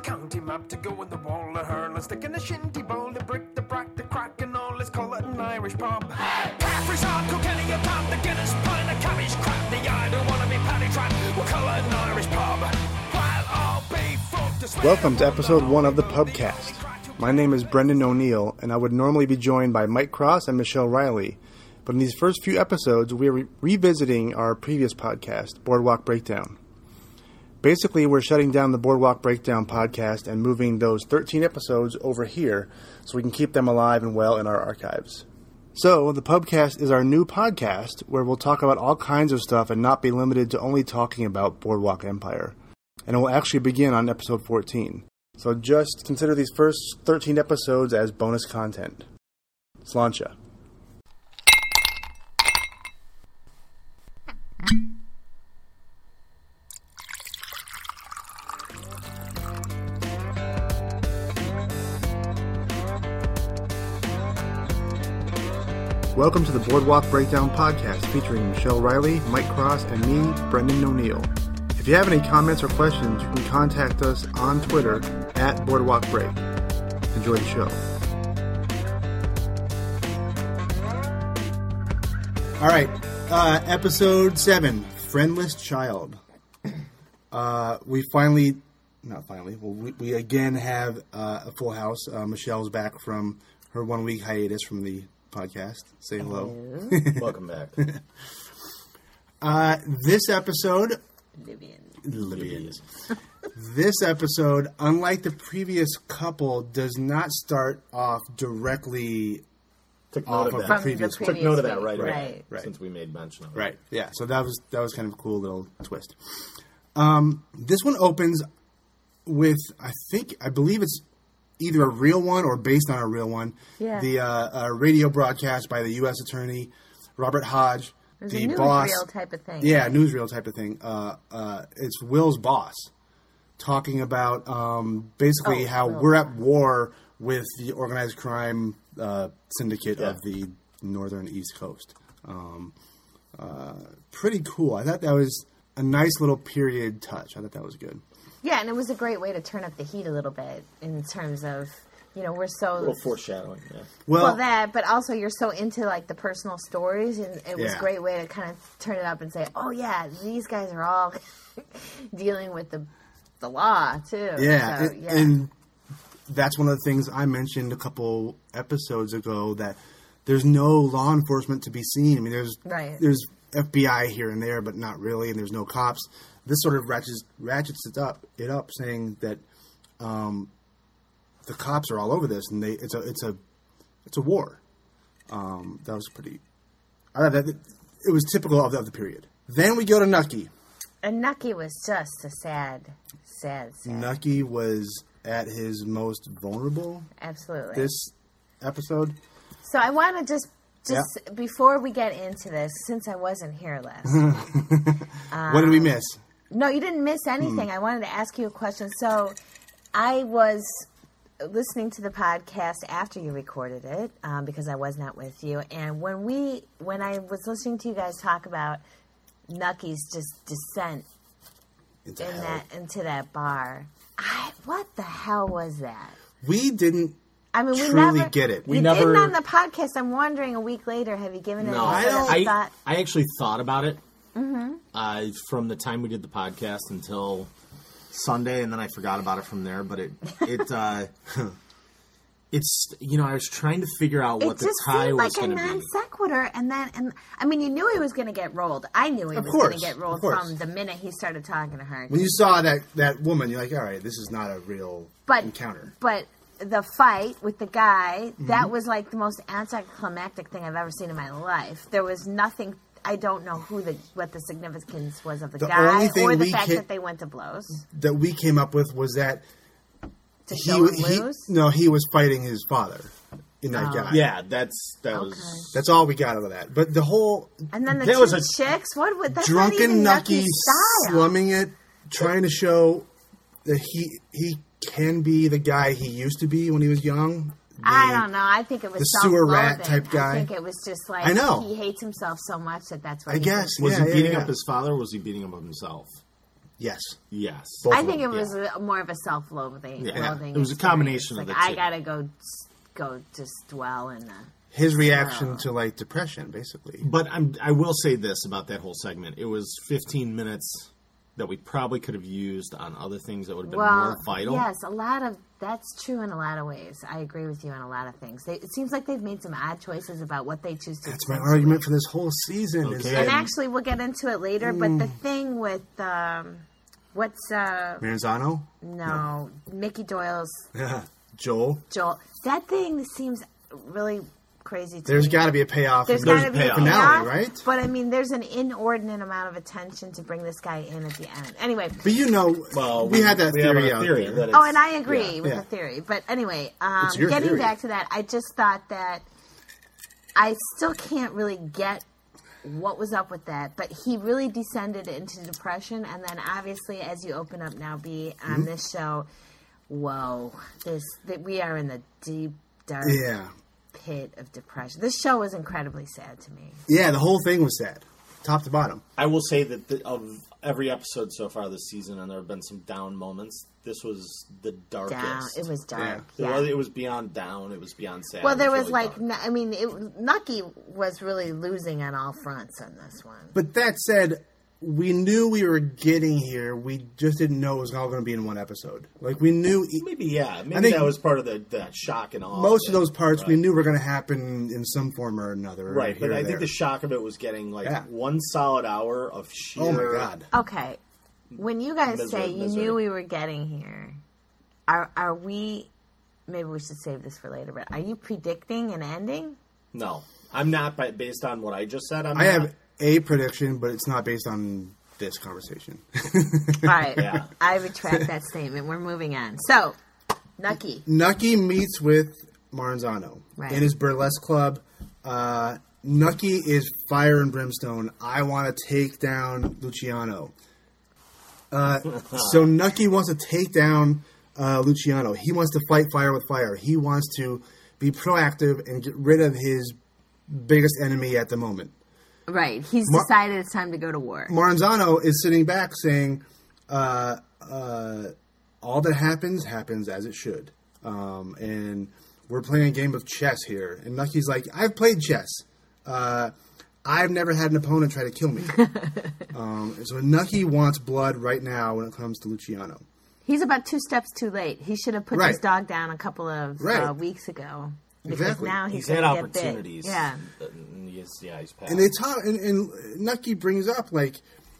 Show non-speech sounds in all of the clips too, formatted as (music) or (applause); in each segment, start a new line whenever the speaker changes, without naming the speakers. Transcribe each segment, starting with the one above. time to go in the wall of her. Let's take in a shinty bowl to break the brack, the crack, and all. Let's call it an Irish pub. Caffrey's hard, Kilkenny a pub, the Guinness pint, the cabbage crap, the I don't wanna be paddy trapped. We'll call it an Irish pub. While I'll be fucked to swear
Welcome to
on
episode
the
one of the
Irish pub.
Pubcast. My name is Brendan O'Neill, and I would normally be joined by Mike Cross and Michelle Riley. But in these first few episodes, we are re- revisiting our previous podcast, Boardwalk Breakdown. Basically, we're shutting down the Boardwalk Breakdown podcast and moving those 13 episodes over here so we can keep them alive and well in our archives. So, the Pubcast is our new podcast where we'll talk about all kinds of stuff and not be limited to only talking about Boardwalk Empire. And it will actually begin on episode 14. So just consider these first 13 episodes as bonus content. Slancha. Welcome to the Boardwalk Breakdown podcast featuring Michelle Riley, Mike Cross, and me, Brendan O'Neill. If you have any comments or questions, you can contact us on Twitter at Boardwalk Break. Enjoy the show. All right, uh, episode seven Friendless Child. Uh, we finally, not finally, well, we, we again have uh, a full house. Uh, Michelle's back from her one week hiatus from the podcast. Say hello. (laughs)
Welcome back.
Uh, this episode,
Libyans.
Libyans. (laughs) this episode, unlike the previous couple, does not start off directly.
Took
Off of
note of
the
that.
From
previous
the
one.
Took
previous
note of that
week.
right, away,
Right.
Right.
Since we made mention of it.
Right. Yeah. So that was that was kind of a cool little twist. Um, this one opens with I think I believe it's either a real one or based on a real one.
Yeah.
The uh, uh, radio broadcast by the U.S. Attorney Robert Hodge,
It was
the
a newsreel
boss.
type of thing.
Yeah, newsreel type of thing. Uh, uh, it's Will's boss talking about um, basically
Oh,
how
Will's
we're at war with the organized crime uh, syndicate of the northern East Coast. Um, uh, pretty cool. I thought that was a nice little period touch. I thought that was good.
Yeah, and it was a great way to turn up the heat a little bit in terms of, you know, we're so.
A little foreshadowing. Yeah.
Well,
well, that, but also you're so into like the personal stories, and it was
Yeah.
a great way to kind of turn it up and say, "Oh yeah, these guys are all (laughs) dealing with the the law too."
Yeah,
So,
and, and that's one of the things I mentioned a couple episodes ago that there's no law enforcement to be seen. I mean, there's
Right.
there's FBI here and there, but not really, and there's no cops. This sort of ratchets ratchets it up, it up, saying that um, the cops are all over this, and they it's a it's a it's a war. Um, that was pretty. I thought that it was typical of the, of the period. Then we go to Nucky.
and Nucky was just a sad, sad, sad.
Nucky was at his most vulnerable
Absolutely.
this episode.
So I want to just just
Yeah.
before we get into this, since I wasn't here last.
what did we miss?
No, you didn't
Hmm.
miss anything. I wanted to ask you a question. So, I was listening to the podcast after you recorded it um, because I was not with you. And when we, when I was listening to you guys talk about Nucky's just descent
It's
in
hell.
that into that bar, I what the hell was that?
We didn't.
I mean, we
Truly
never
get it. We
you
never-
didn't on the podcast. I'm wondering a week later, have you given it?
No,
any
I,
sort of
don't-
thought?
I, I actually thought about it
Mm-hmm.
uh, from the time we did the podcast until Sunday, and then I forgot about it from there. But it it uh, (laughs) it's you know I was trying to figure out what
it
the
just
tie
seemed
was
like a
going to
non
be.
sequitur, and then and I mean, you knew he was going to get rolled. I knew he
Of
was going to
course,
get
of
rolled
course.
from the minute he started talking to her.
When you saw that that woman, you're like, all right, this is not a real
but
encounter.
but the fight with the guy
Mm-hmm.
that was like the most anticlimactic thing I've ever seen in my life. There was nothing. I don't know who the what the significance was of the,
The only
guy
thing
or
we
the fact
can-
that they went to blows
That we came up with was that
to
he,
show and
he
lose. Oh.
no he was fighting his father in that guy.
Yeah, that's that was.
Okay.
that's all we got out of that. But the whole
and then the
there
two
was a
chicks. What would that's not
(laughs) drunken
even
Nucky
Nucky's style.
slumming it, trying to show that he he can be the guy he used to be when he was young.
I
The-
don't know. I think it was
the sewer rat
self-loathing.
type guy.
I think it was just like
I know.
he hates himself so much that that's what
I
he
guess
thinks.
Was
yeah,
he
yeah,
beating
yeah.
up his father? or Was he beating up himself?
Yes.
Yes.
I think it was
Yeah.
a- more of a self-loathing.
Yeah.
loathing
It was a
experience.
combination of
like,
the
I
two.
gotta go, s- go just dwell in the.
His reaction to like depression, basically.
But I'm, I will say this about that whole segment: it was 15 minutes that we probably could have used on other things that would have been
Well,
more vital.
yes, a lot of that's true in a lot of ways. I agree with you on a lot of things. They, it seems like they've made some odd choices about what they choose to.
That's my argument for this whole season. Is
Okay.
that
And actually, we'll get into it later. But
Mm.
the thing with um, what's uh,
Maranzano?
no Mickey Doyle's
Joel?
Joel? That thing seems really crazy. To
There's
me.
got to be a payoff.
There's,
in this.
got to be a
payoff.
Finale,
payoff,
right?
But I mean, there's an inordinate amount of attention to bring this guy in at the end. Anyway.
but you know,
Well,
we, had that
we have
theory
our
out
theory
there.
that
Oh,
it's-
and I agree with
Yeah.
the theory. But anyway, um,
It's your
getting
theory.
back to that, I just thought that I still can't really get what was up with that. But he really descended into depression. And then obviously, as you open up now, B, on
Mm-hmm.
this show, whoa, this that we are in the deep, dark
Yeah.
pit of depression. This show was incredibly sad to me.
Yeah, the whole thing was sad, top to bottom.
I will say that the, of every episode so far this season, and there have been some down moments. This was the darkest.
Down. It was dark.
It
Yeah.
was, it was beyond down. It was beyond sad.
well, there
It
was
really
like,
dark.
n- I mean, it, Nucky was really losing on all fronts on this one.
But that said, we knew we were getting here. We just didn't know it was all going to be in one episode. Like we knew e-
maybe yeah. Maybe
think-
that was part of the, the shock and awe.
most of
thing.
those parts
Right.
we knew were going to happen in some form or another.
Right,
here or
but I think
there.
the shock of it was getting like
Yeah.
one solid hour of sheer.
oh my god,
Okay. When you guys
Misery,
say you
misery.
knew we were getting here, are are we? Maybe we should save this for later. But are you predicting an ending?
No, I'm not. But based on what I just said, I'm
I
not.
have a prediction, but it's not based on this conversation. (laughs)
All right.
(laughs) Yeah.
I retract that statement. We're moving on. So,
(laughs)
Nucky.
Nucky meets with Maranzano
Right.
in his burlesque club. Uh, Nucky is fire and brimstone. I want to take down Luciano. Uh, so Nucky wants to take down uh, Luciano. He wants to fight fire with fire. He wants to be proactive and get rid of his biggest enemy at the moment.
Right. He's
Mar-
decided it's time to go to war.
Maranzano is sitting back saying, uh, uh, all that happens, happens as it should. Um, and we're playing a game of chess here. And Nucky's like, I've played chess. Uh, I've never had an opponent try to kill me. um, so Nucky wants blood right now when it comes to Luciano.
He's about two steps too late. He should have put
Right.
his dog down a couple of uh,
Right.
weeks ago. Because
Exactly.
now
He's
he's,
had
gonna get bit.
opportunities.
Yeah.
and he's- yeah, he's passed.
And they talk, and, and Nucky brings up, like,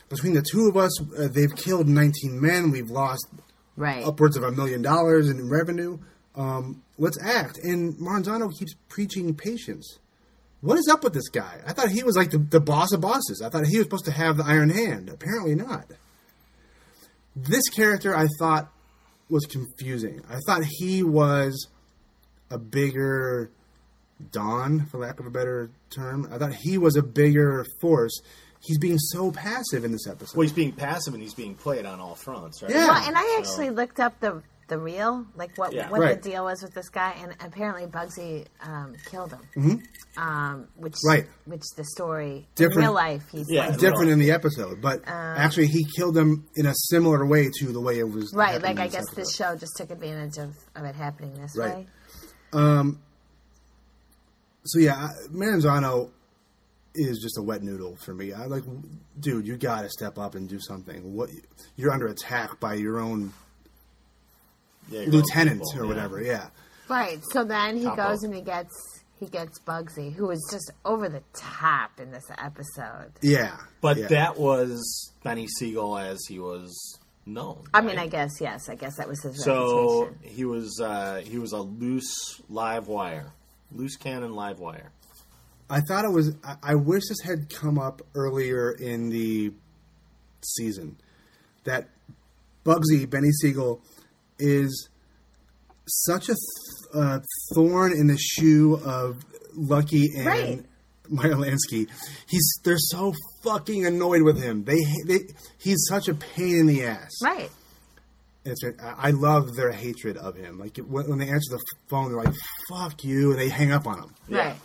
between the two of us, uh, they've killed 19 men. We've lost
Right.
upwards of a million dollars in revenue. Um, let's act. And Maranzano keeps preaching patience. What is up with this guy? I thought he was like the, the boss of bosses. I thought he was supposed to have the iron hand. Apparently not. This character I thought was confusing. I thought he was a bigger Don, for lack of a better term. I thought he was a bigger force. He's being so passive in this episode.
well, he's being passive and he's being played on all fronts, right?
Yeah.
Well, and I actually looked up the the real, like what
Yeah.
what
Right.
the deal was with this guy, and apparently Bugsy um, killed him. Um, which
Mm-hmm. Right.
which the story in
Different-
real life he's
Yeah.
like,
different in the episode, but
Uh,
actually he killed them in a similar way to the way it was.
right.
happened
Like
in
I guess this
episode.
show just took advantage of, of it happening this
Right.
way.
So yeah, I- Maranzano is just a wet noodle for me. I like, dude, you got to step up and do something. What you're under attack by your own
Yeah, you're all
lieutenant
people,
or
yeah.
whatever. Yeah,
Right. So then he
Top
goes
off.
and he gets he gets Bugsy, who was just over the top in this episode.
yeah.
But
yeah.
that was Benny Siegel as he was known.
I mean,
right?
I guess yes. I guess that was his
so
reputation.
he was uh, he was a loose live wire, loose cannon live wire.
I thought it was. I, I wish this had come up earlier in the season. That Bugsy Benny Siegel is such a th- uh, thorn in the shoe of Lucky and
Right.
Meyer Lansky. He's they're so fucking annoyed with him. They, they he's such a pain in the ass.
Right.
And it's, I I love their hatred of him. Like when, when they answer the phone, they're like "fuck you," and they hang up on him.
Right.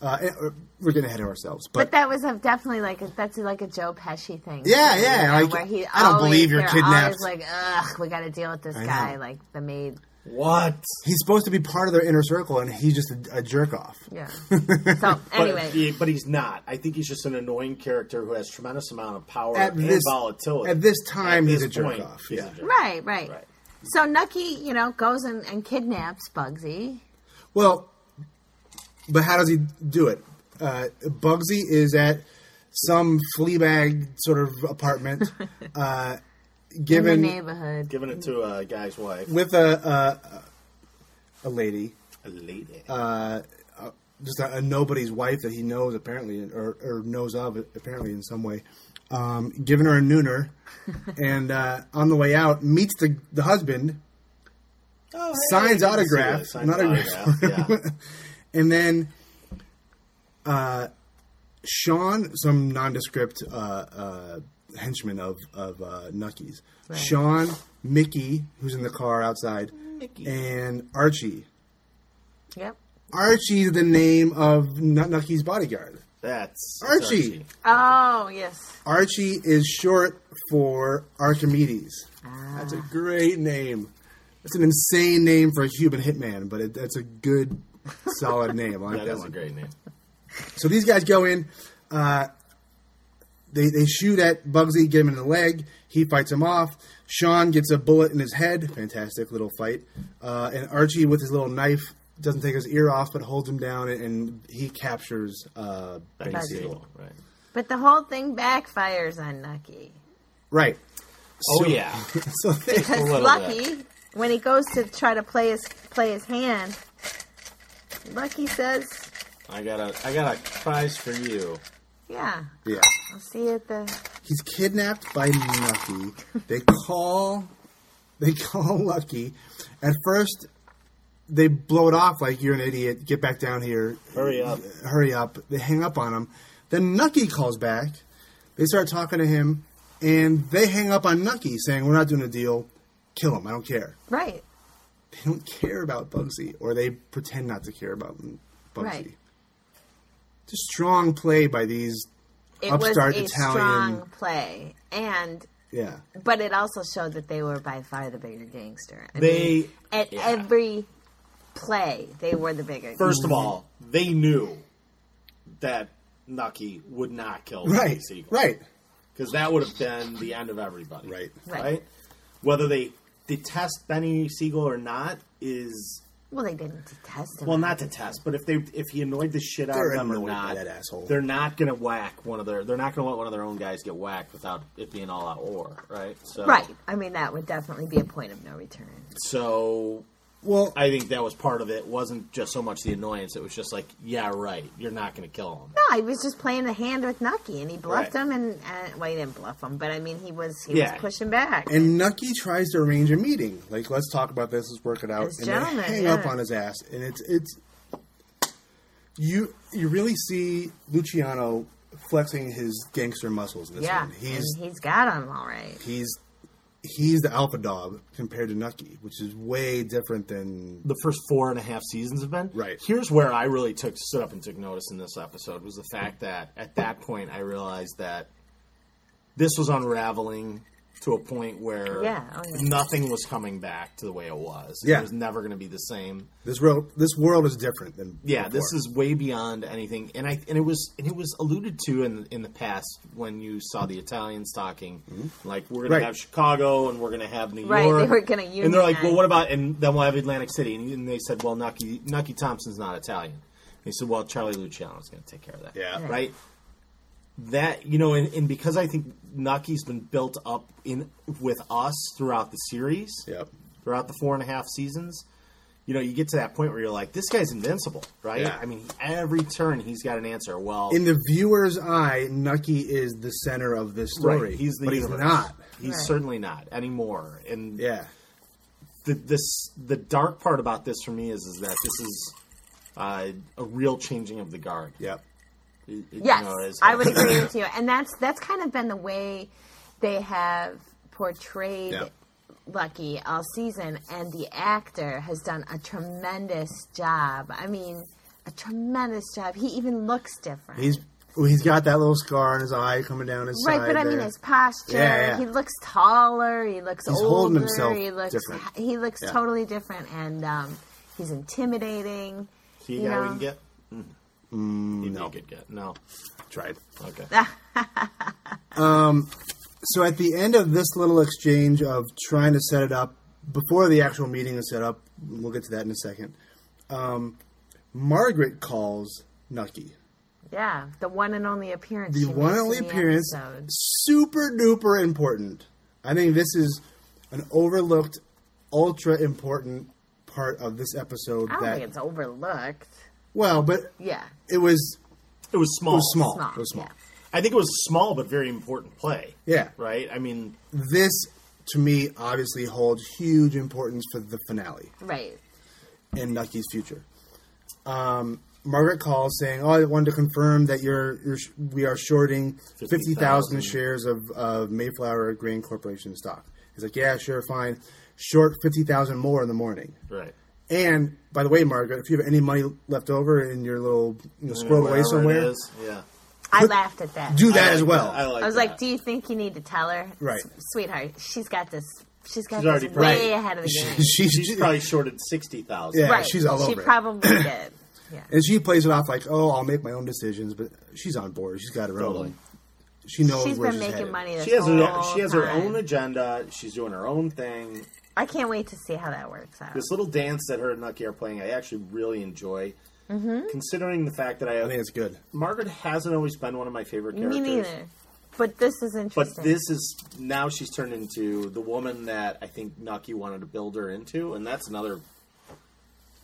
Uh, and- uh, we're getting ahead of ourselves, but,
But that was a, definitely like a, that's like a Joe Pesci thing.
Yeah,
You
yeah,
know,
like,
where he
I don't
always-
believe you're
they're
kidnapped.
Always like, ugh, we got to deal with this
know.
guy. Like the maid.
What?
he's supposed to be part of their inner circle, and he's just a, a jerk off. (laughs)
Yeah. so anyway,
But, he- but he's not. I think he's just an annoying character who has tremendous amount of power
At
and
this-
volatility.
at this time, he's a
this
jerk
point,
off,
he's a
yeah.
jerk.
right, right,
Right.
So Nucky, you know, goes and, and kidnaps Bugsy.
Well, but how does he do it? Uh, Bugsy is at some flea bag sort of
(laughs)
apartment, uh,
In the
given
neighborhood,
Giving it to a guy's wife,
with a uh, a lady,
a lady.
Uh, just a, a nobody's wife that he knows apparently, or, or knows of apparently in some way, um, giving her a
(laughs)
nooner, and uh, on the way out meets the the husband,
Oh, hey,
signs
you can
autograph,
see it. Signs
not (laughs)
autograph. yeah.
and then uh, Sean, some nondescript uh, uh, henchman of of uh, Nucky's,
Right.
Sean, Mickey, who's in the car outside,
Mickey.
and Archie.
Yep.
Archie's the name of Nu- Nucky's bodyguard.
That's that's
Archie.
Oh yes.
Archie is short for Archimedes. That's a great name. That's an insane name for a Cuban hitman, but it, that's a good, solid name. I like
Yeah,
that
that's a
one. (laughs)
great name.
So these guys go in. Uh, they they shoot at Bugsy, get him in the leg. He fights him off. Sean gets a bullet in his head. Fantastic little fight. Uh, and Archie with his little knife doesn't take his ear off, but holds him down, and, and he captures uh, Benny
Benny
Siegel.
Siegel, Right.
But the whole thing backfires on Nucky.
Right.
Oh
So-
yeah.
(laughs) So they,
Because
little
Lucky, when he goes to try to play his play his hand, Lucky says,
I got a I got a prize for you.
(laughs) "Yeah,
yeah.
I'll see you at the."
He's kidnapped by Lucky. They call they call (laughs) Lucky. At first they blow it off like you're an idiot, get back down here.
Hurry up.
Hurry up. They hang up on him. Then Nucky calls back. They start talking to him and they hang up on Nucky saying, We're not doing a deal. Kill him. I don't care.
Right.
They don't care about Bugsy or they pretend not to care about Bugsy.
Right.
It's a strong play by these
It
Upstart
was a
Italian-
strong play, and
yeah.
but it also showed that they were by far the bigger gangster. I
They-
mean, at
yeah.
every play they were the bigger.
First of all, they knew that Nucky would not kill
Right. Right.
Because that would have been the end of everybody.
Right.
Right.
Right. Whether they detest Benny Siegel or not is
well, they didn't detest him.
well not detest, but if they if he annoyed the shit out
They're
of them or
annoyed by
not,
that asshole.
they're not gonna whack one of their they're not gonna let one of their own guys get whacked without it being all out war, right? So
right. I mean, that would definitely be a point of no return.
So
Well,
I think that was part of it. Wasn't just so much the annoyance. It was just like, yeah, right. You're not going to kill him.
No, he was just playing the hand with Nucky, and he bluffed
Right.
him, and uh, well, he didn't bluff him, but I mean, he was he
Yeah.
was pushing back.
And Nucky tries to arrange a meeting. Like, let's talk about this. Let's work it out.
This
and they
gentleman,
hang
yeah.
up on his ass. And it's it's you you really see Luciano flexing his gangster muscles in this
yeah,
one. He's
and he's got him all right.
he's he's the alpha dog compared to Nucky, which is way different than
The first four and a half seasons have been
Right.
Here's where I really took stood up and took notice in this episode was the fact that at that point I realized that this was unraveling to a point where
Yeah, oh, yeah.
nothing was coming back to the way it was.
Yeah.
It was never going to be the same.
this world. This world is different than
Yeah, this
before.
is way beyond anything, and I and it was and it was alluded to in in the past when you saw the Italians talking, like we're gonna
Mm-hmm. Right.
have Chicago and we're gonna have New
Right, they
York.
were gonna
and they're like,
unionize.
well, what about and then we'll have Atlantic City, and, and they said, well, Nucky Nucky Thompson's not Italian. And they said, well, Charlie Luciano's gonna take care of that.
Yeah. Right.
right. That you know, and, and because I think Nucky's been built up in with us throughout the series,
Yep.
throughout the four and a half seasons, you know, you get to that point where you're like, this guy's invincible, right?
Yeah.
I mean, every turn he's got an answer. Well,
In the viewer's eye, Nucky is the center of this
right,
story.
he's the
but
universe.
he's not.
He's
Right.
certainly not anymore. And
Yeah.
the this the dark part about this for me is is that this is uh, a real changing of the guard.
Yep.
It- it, you
Yes,
know, is-
I
(laughs)
would agree with you, and that's that's kind of been the way they have portrayed
Yeah.
Lucky all season, and the actor has done a tremendous job. I mean, a tremendous job. He even looks different.
He's well, he's got that little scar on his eye coming down his
right,
side.
but I mean
there.
his posture.
Yeah, yeah.
He looks taller. He looks
He's
older.
holding himself
he looks
different.
he looks
Yeah.
totally different, and um, he's intimidating.
See
you
you how
know.
we can get? Mm, no. Good get. No.
tried.
Okay.
So at the end of this little exchange of trying to set it up before the actual meeting is set up, we'll get to that in a second. Um, Margaret calls Nucky.
Yeah, the one and only appearance.
The
she
one
makes
and only
in the
appearance,
episode.
super duper important. I think this is an overlooked, ultra important part of this episode.
I don't
that
think it's overlooked.
well, but
Yeah,
it was
It was
it
small.
was small.
small.
It was small.
yeah.
I think it was a small but very important play.
Yeah.
Right. I mean,
This to me obviously holds huge importance for the finale.
Right.
and Nucky's future. Um, Margaret calls saying, "Oh, I wanted to confirm that you're, you're sh- we are shorting fifty thousand
50,000
shares of, of Mayflower Grain Corporation stock." He's like, "Yeah, sure, fine. Short fifty thousand more in the morning."
right.
And by the way, Margaret, if you have any money left over in your little you know, squirrel away
Wherever Mm, it
somewhere,
is, Yeah.
I laughed at that.
do that
I
as
like
well.
that. I like.
I was
that.
like, "Do you think you need to tell her,
Right.
S- sweetheart? She's got this. She's got
She's
this
already
way
pregnant.
ahead of the
(laughs)
game.
She-
She's probably shorted sixty thousand.
Yeah.
right?
she's all
she
over it. (clears throat)
probably did. Yeah.
and she plays it off like, "Oh, I'll make my own decisions," but she's on board. She's got her
Totally.
own. She knows
She's
where
been
she's
making
headed.
money. This
She has her.
whole
She has her
time.
own agenda. She's doing her own thing.
I can't wait to see how that works out.
This little dance that her and Nucky are playing, I actually really enjoy.
Mm-hmm.
Considering the fact that I,
I think it's good.
Margaret hasn't always been one of my favorite
Me
characters.
neither. But this is interesting.
But this is now she's turned into the woman that I think Nucky wanted to build her into, and that's another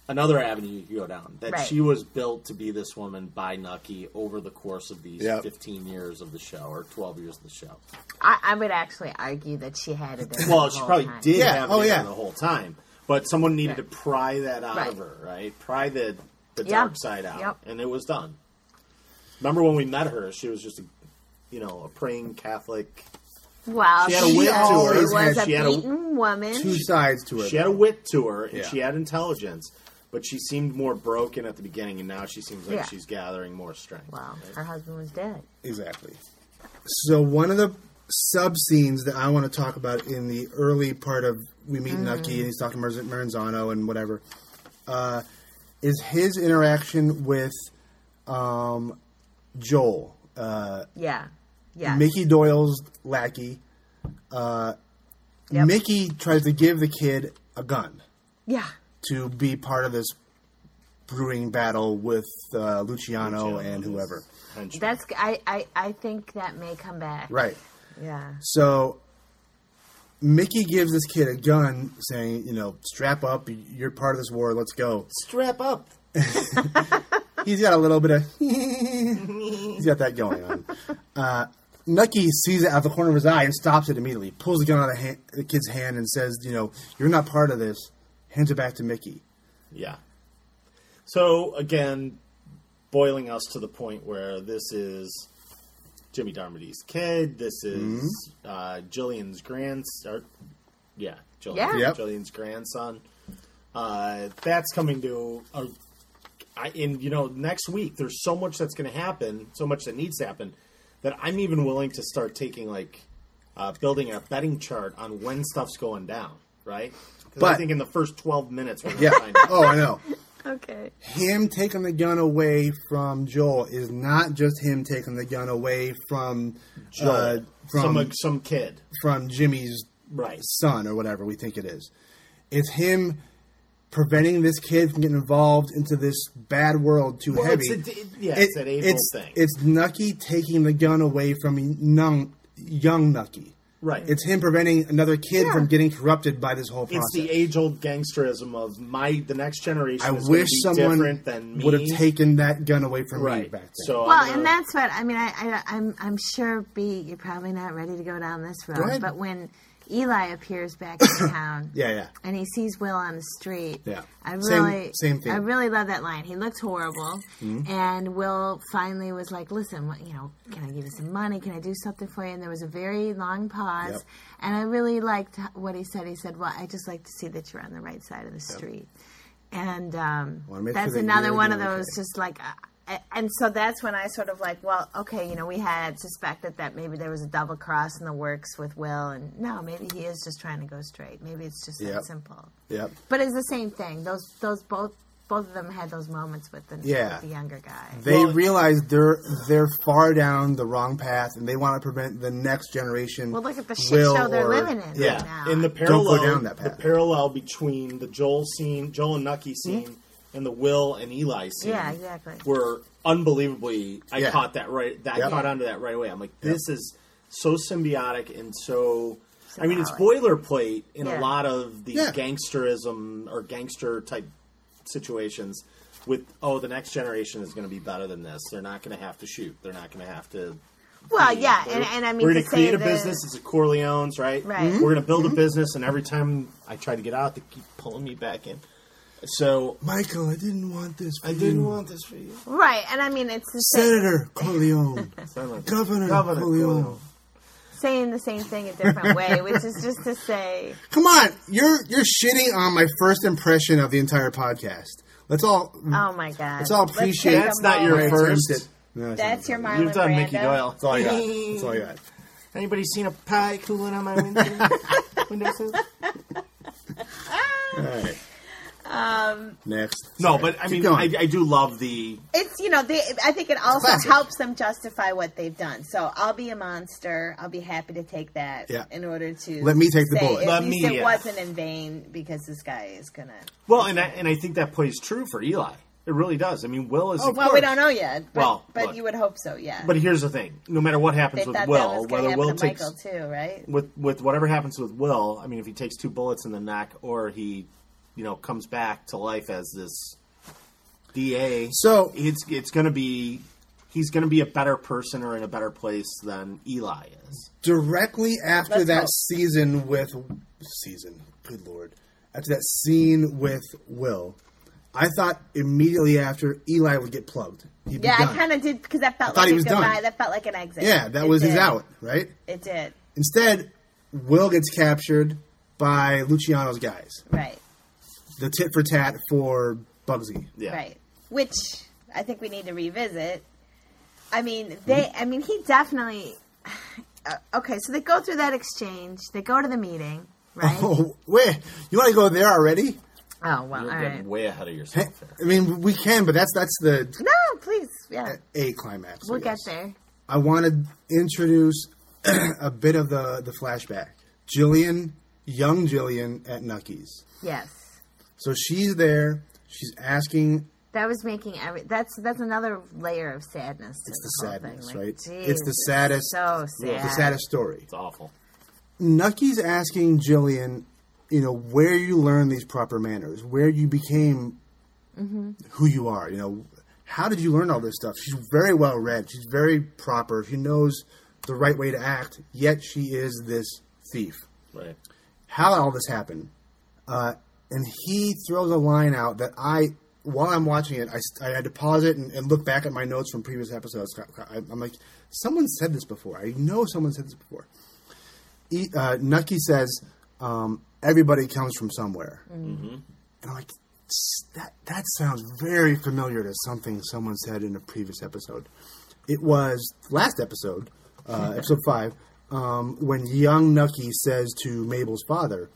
another avenue you can go down. That
Right.
she was built to be this woman by Nucky over the course of these
Yep.
fifteen years of the show or twelve years of the show.
I, I would actually argue that she had it. in
Well,
the
she
whole
probably
time.
did
Yeah,
have
oh,
it in
yeah.
the whole time, but someone needed
Right.
to pry that out of
Right.
her, right? Pry the the
Yeah.
dark side out,
Yep.
and it was done. Remember when we met her? She was just a, you know, a praying Catholic.
Well,
She
she,
had a whip to her.
always
She
was
had-
a
she had a-
beaten woman.
Two sides to it.
She had a wit to her, and
Yeah.
she had intelligence, but she seemed more broken at the beginning, and now she seems like
Yeah.
she's gathering more strength.
well, her husband was dead.
Exactly. So one of the sub scenes that I want to talk about in the early part of we
Mm.
meet Nucky and he's talking to Marz- Maranzano and whatever uh, is his interaction with um, Joel, uh,
Yeah. Yeah.
Mickey Doyle's lackey. Uh,
Yep.
Mickey tries to give the kid a gun
Yeah.
to be part of this brewing battle with uh, Luciano and whoever.
Henchman.
That's I, I I think that may come back.
Right.
Yeah.
So Mickey gives this kid a gun, saying, "You know, strap up. You're part of this war. Let's go."
strap up.
He's got a little bit of (laughs) he's got that going on. Uh, Nucky sees it out the corner of his eye and stops it immediately. Pulls the gun out of the, hand, the kid's hand and says, "You know, you're not part of this." Hands it back to Mickey.
Yeah. So again, boiling us to the point where this is Jimmy Darmody's kid. This is
Mm-hmm.
uh, Jillian's grandson. Or, yeah, Jillian,
Yeah.
Yep.
Jillian's grandson. Uh, that's coming to a. I, and you know, next week there's so much that's going to happen, so much that needs to happen, that I'm even willing to start taking like uh, building a betting chart on when stuff's going down, right? Because I
But-
think in the first 12 minutes we're going to
Yeah.
find out.
oh, I know.
Okay.
Him taking the gun away from Joel is not just him taking the gun away from
Joel,
uh, from
some some kid,
from Jimmy's
right?
son or whatever we think it is. It's him preventing this kid from getting involved into this bad world too
Well,
heavy.
it's a- it- yeah, it's an able
it's,
thing.
It's Nucky taking the gun away from young, young Nucky.
Right.
It's him preventing another kid
Yeah.
from getting corrupted by this whole process.
It's the age-old gangsterism of my the next generation.
I
is gonna
wish
be different than
someone
me.
would have taken that gun away from me
right.
back then.
So I'm
Well,
gonna-
and that's what I mean. I, I I'm I'm sure B, you're probably not ready to go down this road.
ahead.
But when Eli appears back in town,
yeah, yeah.
and he sees Will on the street.
Yeah.
I
Same-
really
same thing. Mm-hmm.
I really love that line. He looked horrible, and Will finally was like, "Listen, what- you know, can I give you some money? Can I do something for you?" And there was a very long pause,
Yep.
and I really liked h- what he said. He said, "Well, I just like to see that you're on the right side of the street." and um,
wanna make sure
that's
that
another
you're
one of
doing
those
okay.
just like uh, and so that's when i sort of like well okay you know we had suspected that maybe there was a double cross in the works with will and no maybe he is just trying to go straight maybe it's just that
Yep.
simple
Yep.
but it's the same thing those those both both of them had those moments with the,
Yeah.
with the younger guy
They realize they're they're far down the wrong path, and they want to prevent the next generation.
well look at the shit
will
show they're
or-
living in
Yeah.
right now
in the
go
parallel,
down that path.
the parallel between the Joel scene, Joel and Nucky scene, and the Will and Eli scene.
Yeah, exactly.
Were unbelievably. I
Yeah.
caught that right. That
Yep.
caught onto that right away. I'm like, this is so symbiotic and so. I mean, it's
Symbolic.
boilerplate in
Yeah.
a lot of these
Yeah.
gangsterism or gangster type situations. With oh, the next generation is going to be better than this. They're not going to have to shoot. They're not going to have to
well yeah and, and i mean
we're
to
going to create
say
a
the-
business. It's a Corleone's, right?
Right. Mhm.
We're going to build a business, and every time I try to get out, they keep pulling me back in. So
Michael, I didn't want this.
I didn't want this for you,
right and i mean it's the same
Senator
(laughs)
Corleone, Governor, Corleone.
Governor Corleone.
saying the same thing a different way, which is just to say,
Come on, you're you're shitting on my first impression of the entire podcast. Let's all
"Oh my God!"
Let's all
Let's
appreciate-
take a
That's not your
moment.
first-
No, it's not.
That's your Marlon
You've done
Brando.
Mickey Doyle.
That's all you got.
(laughs)
That's all you got.
Anybody seen a pie cooling on my (laughs) window? windowsill?
All right. Um, Next.
No,
Sorry.
but I
Keep
mean, I,
going.
I do love the
It's you know, they, I think it also
classic.
helps them justify what they've done. So I'll be a monster. I'll be happy to take that
Yeah.
in order to
Let me take the
say,
bullet.
At
Let
least
me,
it
yeah.
wasn't in vain because this guy is gonna.
well, and I, and I think that plays true for Eli. It really does. I mean, Will is
Oh, Well, we don't know yet. But,
Well,
but
look.
you would hope so, yeah.
But here's the thing: no matter what happens
they
with
thought that
Will,
was going to
whether
happen
Will
to
takes
Michael too, right?
with with whatever happens with Will, I mean, if he takes two bullets in the neck or he, you know, comes back to life as this DA,
So-
it's it's going to be he's going to be a better person or in a better place than Eli is.
directly after
Let's
that
hope.
season with season, good lord, after that scene with Will, I thought immediately after Eli would get plugged. He'd be
Yeah, I
done.
kind of did because that felt
thought
like
he
a
was done.
goodbye. That felt like an exit.
Yeah, that
It
was his
did.
out, right?
It did,
Instead, Will gets captured by Luciano's guys.
right?
The tit for tat for Bugsy.
Yeah,
Right. Which I think we need to revisit. I mean, they. I mean, he definitely. Uh, okay, so they go through that exchange. They go to the meeting, right? Oh,
(laughs) Oh, wait, you want to go there already?
well, all
You're getting
right.
way ahead of
I
yourself there.
mean, we can, but that's that's the
No, please, yeah,
a climax. I
we'll get
guess.
there.
I want to introduce (clears throat) a bit of the the flashback. Jillian, young Jillian at Nucky's.
Yes,
So she's there. She's asking
that was making every. That's that's another layer of sadness. It's
the sadness, right?
Geez,
it's the saddest,
So sad.
the saddest story.
It's awful.
Nucky's asking Jillian, you know, where you learned these proper manners, where you became
Mm-hmm.
who you are. You know, how did you learn all this stuff? She's very well read. She's very proper. She knows the right way to act. Yet she is this thief.
Right.
How all this happened? Uh, and he throws a line out that I, while I'm watching it, I, st- I had to pause it and, and look back at my notes from previous episodes. I, I'm like, someone said this before. I know someone said this before. E, uh, Nucky says, um, everybody comes from somewhere. Mm-hmm. And I'm like, "S- that, that sounds very familiar to something someone said in a previous episode. It was last episode,
(laughs)
uh, episode five, um, when young Nucky says to Mabel's father,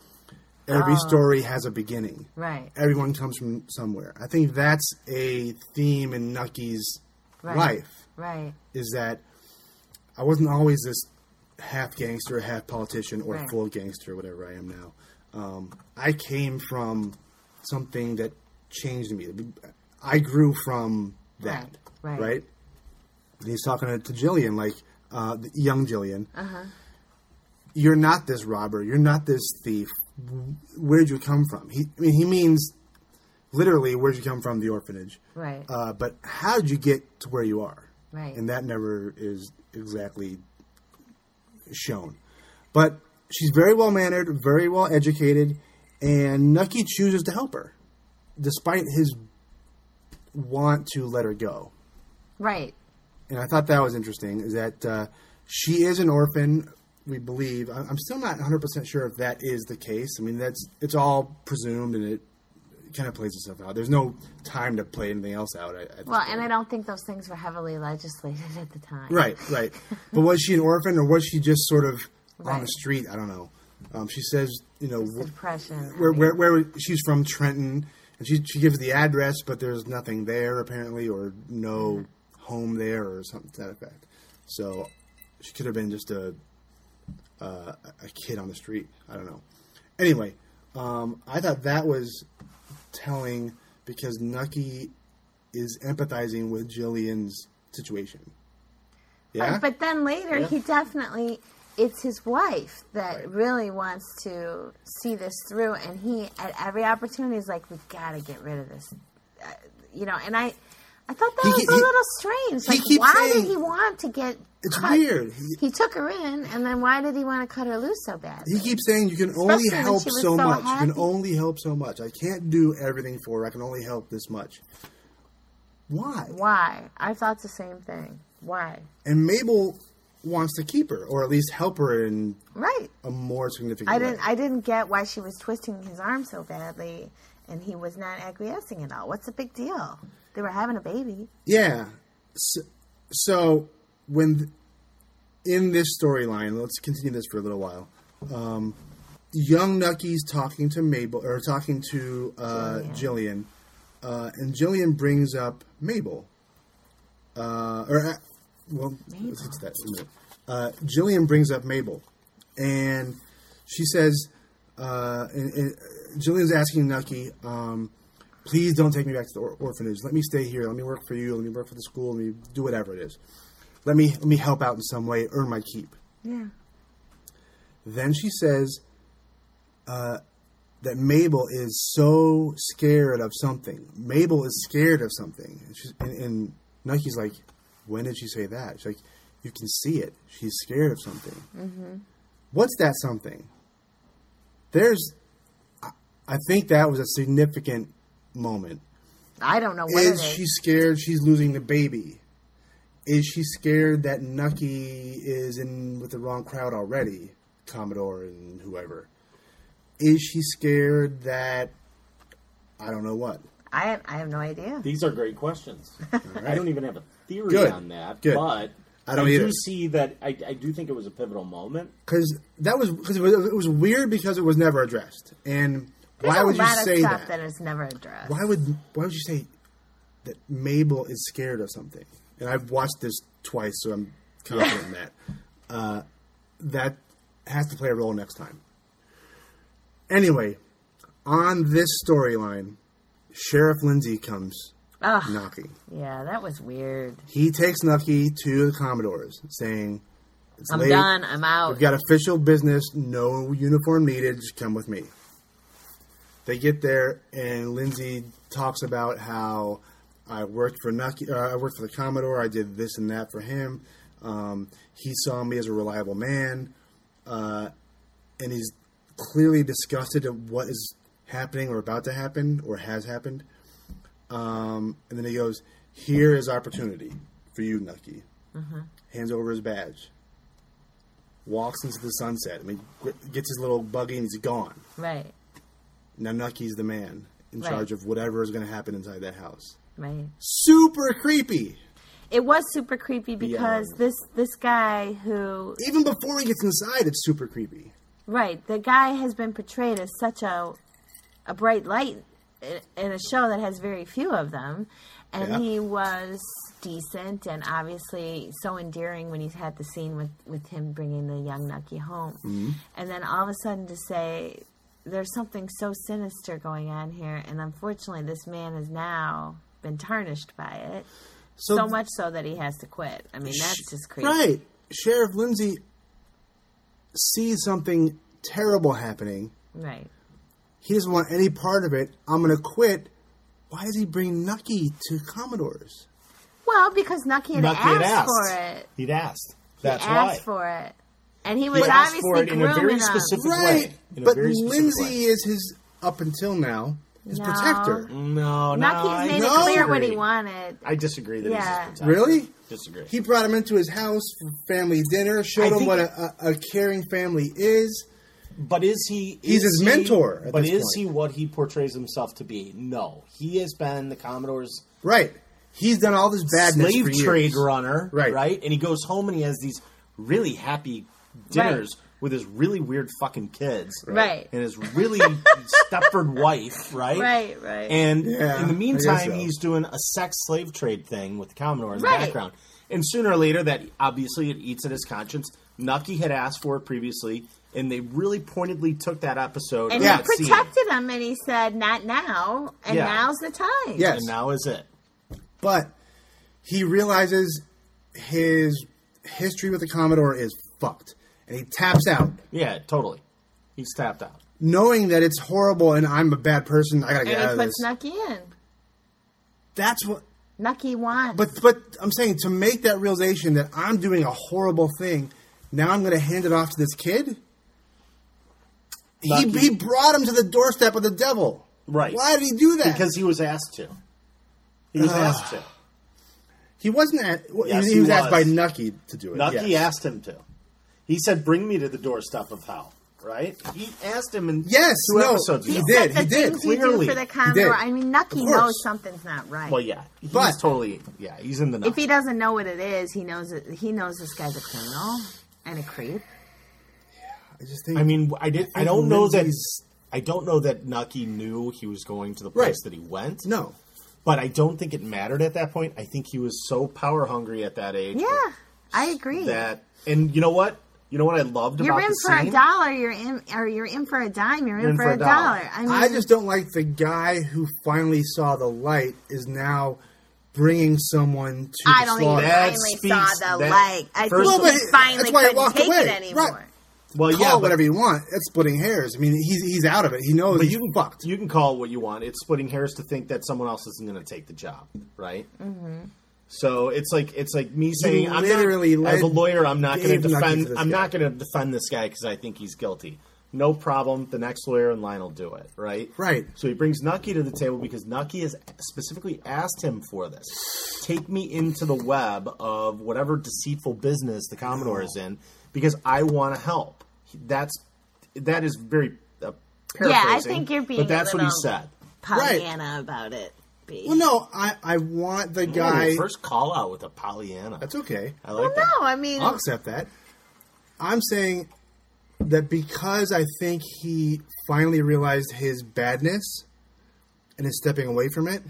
every story has a beginning.
Oh. Right.
Everyone comes from somewhere. I think that's a theme in Nucky's
Right.
life
Right.
is that I wasn't always this half gangster, half politician, or
Right.
full gangster, whatever I am now. Um, I came from something that changed me. I grew from that,
Right, right.
And he's talking to, to Jillian, like uh, the young Jillian.
Uh-huh.
You're not this robber. You're not this thief. Where'd you come from? He, I mean, he means literally, where'd you come from? The orphanage.
Right.
Uh, but how did you get to where you are?
Right.
And that never is exactly shown. But she's very well mannered, very well educated, and Nucky chooses to help her, despite his want to let her go.
Right.
And I thought that was interesting. Is that uh, she is an orphan? We believe. I- I'm still not 100 percent sure if that is the case. I mean, that's it's all presumed, and it kind of plays itself out. There's no time to play anything else out. At, at
Well, and I don't think those things were heavily legislated (laughs) at the time.
Right,
(laughs)
right. But was she an orphan or was she just sort of on the
Right.
street? I don't know. Um, she says, you know,
The
wh-
depression.
where, where, where she's from Trenton, and she she gives the address, but there's nothing there apparently, or no home there, or something to that effect. So she could have been just a uh, a kid on the street. I don't know. Anyway, um, I thought that was telling because Nucky is empathizing with Jillian's situation. Yeah,
But, Uh, but then later, he definitely, it's his wife that really wants to see this through. And he, at every opportunity, is like, we got to get rid of this. Uh, you know, and I. I thought that
He-
was
he-
a little strange.
he
Like,
keeps
why
saying-
did he want to get?
It's
cut?
weird. He-
He, took her in, and then why did he want to cut her loose so bad?
He keeps saying you can
Especially
only
when
help
she was
so
so
much. You can
happy.
only help so much. I can't do everything for her. I can only help this much. Why?
Why? I thought the same thing. Why?
And Mabel wants to keep her, or at least help her in
Right.
a more significant
I
way.
didn't. I didn't get why she was twisting his arm so badly, and he was not acquiescing at all. What's the big deal? They were having a baby.
Yeah. So, so when th- in this storyline, let's continue this for a little while. Um, young Nucky's talking to Mabel or talking to uh, Jillian, uh, and Jillian brings up Mabel. Uh, or uh, well, let's get to that in a minute. Uh, Jillian brings up Mabel, and she says, uh, and, and Jillian's asking Nucky, um, please don't take me back to the or- orphanage. Let me stay here. Let me work for you. Let me work for the school. Let me do whatever it is. Let me let me help out in some way. Earn my keep.
Yeah.
Then she says uh, that Mabel is so scared of something. Mabel is scared of something. And, she's, and, and Nucky's like, when did she say that? She's like, you can see it. She's scared of something. What's that something? There's, I, I think that was a significant moment.
I don't know what
Is
it is.
she scared she's losing the baby? Is she scared that Nucky is in with the wrong crowd already, Commodore and whoever? Is she scared that I don't know what?
I have, I have no idea.
These are
(laughs)
great questions. I don't even have a theory
Good.
on that,
Good.
but
I don't either.
do see that. I, I do think it was a pivotal moment.
Because that was because it was, it was weird because it was never addressed. And
There's
why
a
would you
lot of
say
stuff
that?
that is never addressed.
why would why would you say that Mabel is scared of something? And I've watched this twice, so I'm confident in that. Uh, that has to play a role next time. Anyway, on this storyline, Sheriff Lindsay comes knocking.
Yeah, that was weird.
He takes Nucky to the Commodores, saying, it's
I'm
late.
done. I'm out.
We've got official business, no uniform needed, just come with me. They get there, and Lindsay talks about how I worked for Nucky, uh, I worked for the Commodore, I did this and that for him. Um, he saw me as a reliable man, uh, and he's clearly disgusted at what is happening or about to happen or has happened. Um, and then he goes, Here is opportunity for you, Nucky. Hands over his badge walks into the sunset. I mean, gr- gets his little buggy and he's gone.
right.
Now Nucky's the man in
Right.
charge of whatever is going to happen inside that house.
Right.
Super creepy.
It was super creepy because this this guy who
Even before he gets inside, it's super creepy.
Right. The guy has been portrayed as such a a bright light i- in a show that has very few of them, and
Yeah.
he was decent and obviously so endearing when he had the scene with with him bringing the young Nucky home, and then all of a sudden to say. There's something so sinister going on here, and unfortunately, this man has now been tarnished by it. So, much so that he has to quit. I mean, that's just crazy.
Right. Sheriff Lindsay sees something terrible happening.
Right.
He doesn't want any part of it. I'm going to quit. Why does he bring Nucky to Commodores?
Well, because Nucky had
Nucky
asked,
had asked.
for it.
He'd asked. That's why.
asked for it, and he was
He asked
obviously
for it in
grooming
a very
him.
specific
Right.
way. In a
But
very specific
Lindsay
way.
is his, up until now, his
No.
protector.
No, no. I
Nucky's made
no.
it clear what he
disagree.
wanted.
I disagree that he's his
Yeah.
protector.
Really?
Disagree.
He brought him into his house for family dinner, showed
I
him
think-
what a, a, a caring family is.
But is he?
He's
is
his
he-
mentor at
But
this
is
point.
he what he portrays himself to be? No, he has been the Commodore's
Right. He's done all this badness.
slave
for years.
trade runner,
Right.
Right, and he goes home and he has these really happy dinners with his really weird fucking kids,
Right.
and his really (laughs) Stepford wife, right,
Right, right.
And
Yeah,
in the
I guess
meantime,
so.
he's doing a sex slave trade thing with the Commodore in
Right.
the background, and sooner or later, that obviously it eats at his conscience. Nucky had asked for it previously, and they really pointedly took that episode
And
Yeah.
he
that scene.
protected him, and he said, "Not now, and
Yeah.
now's the time."
Yes.
and now is it.
But he realizes his history with the Commodore is fucked. And he taps out,
Yeah, totally. He's tapped out.
knowing that it's horrible and I'm a bad person. I gotta get
and
out
he
of this.
puts Nucky in.
That's what.
Nucky won.
But but I'm saying to make that realization that I'm doing a horrible thing. Now I'm gonna hand it off to this kid. He,
Nucky.
he brought him to the doorstep of the devil.
Right.
Why did he do that?
Because he was asked to. He was asked to.
he wasn't at. well,
Yes,
he,
he
was, asked by
was.
Nucky to do it.
Nucky
yes.
asked him to. He said, "Bring me to the doorstep of hell." Right? He asked him in
Yes,
two
no,
episodes
he
ago.
did,
the
he did,
things you
clearly.
do for the
He
did.
Commodore. I mean, Nucky
Of course.
knows something's not right.
Well, yeah, he's
But-
totally yeah. He's in the
If he
Nucky.
doesn't know what it is, he knows it, he knows this guy's a criminal and a creep.
I just think.
I mean, I did. I
think
don't know that.
Lindsay's-
I don't know that Nucky knew he was going to the place
Right.
that he went.
no.
but I don't think it mattered at that point. I think he was so power hungry at that age.
Yeah, I agree.
That and you know what? You know what I loved
you're
about
in
the
for
scene?
a dollar. You're in, or you're in for a dime. You're in, for, a dollar. I mean,
I just don't like the guy who finally saw the light is now bringing someone to
I
the
don't think
slaughter.
he
That
finally
speaks-
saw the
that-
light. I
First
think
of-
Well,
he
but
finally
that's why he
couldn't
walked
take
away.
it anymore.
Right.
Well,
Call
yeah, but-
whatever you want. That's splitting hairs. I mean, he's he's out of it. He knows.
But
he's
you can
fucked.
you can call it what you want. It's splitting hairs to think that someone else isn't going to take the job, right? Mm-hmm. So it's like it's like me saying, I'm
literally
not, as a
led
lawyer, I'm not going
Dave
to
Nucky
defend.
to this
I'm
guy.
not going to defend this guy because I think he's guilty. No problem. The next lawyer in line will do it, right?
Right.
So he brings Nucky to the table because Nucky has specifically asked him for this. Take me into the web of whatever deceitful business the Commodore
Oh.
is in because I want to help. That's that is very uh,
I
paraphrasing,
think you're being
But that's
a
what he
little-
said.
Pollyanna about it. B.
Well, no, I I want the guy.
Ooh, first call out with a Pollyanna.
that's okay.
I like
no,
that.
I mean,
I'll accept that. I'm saying that because I think he finally realized his badness and is stepping away from it.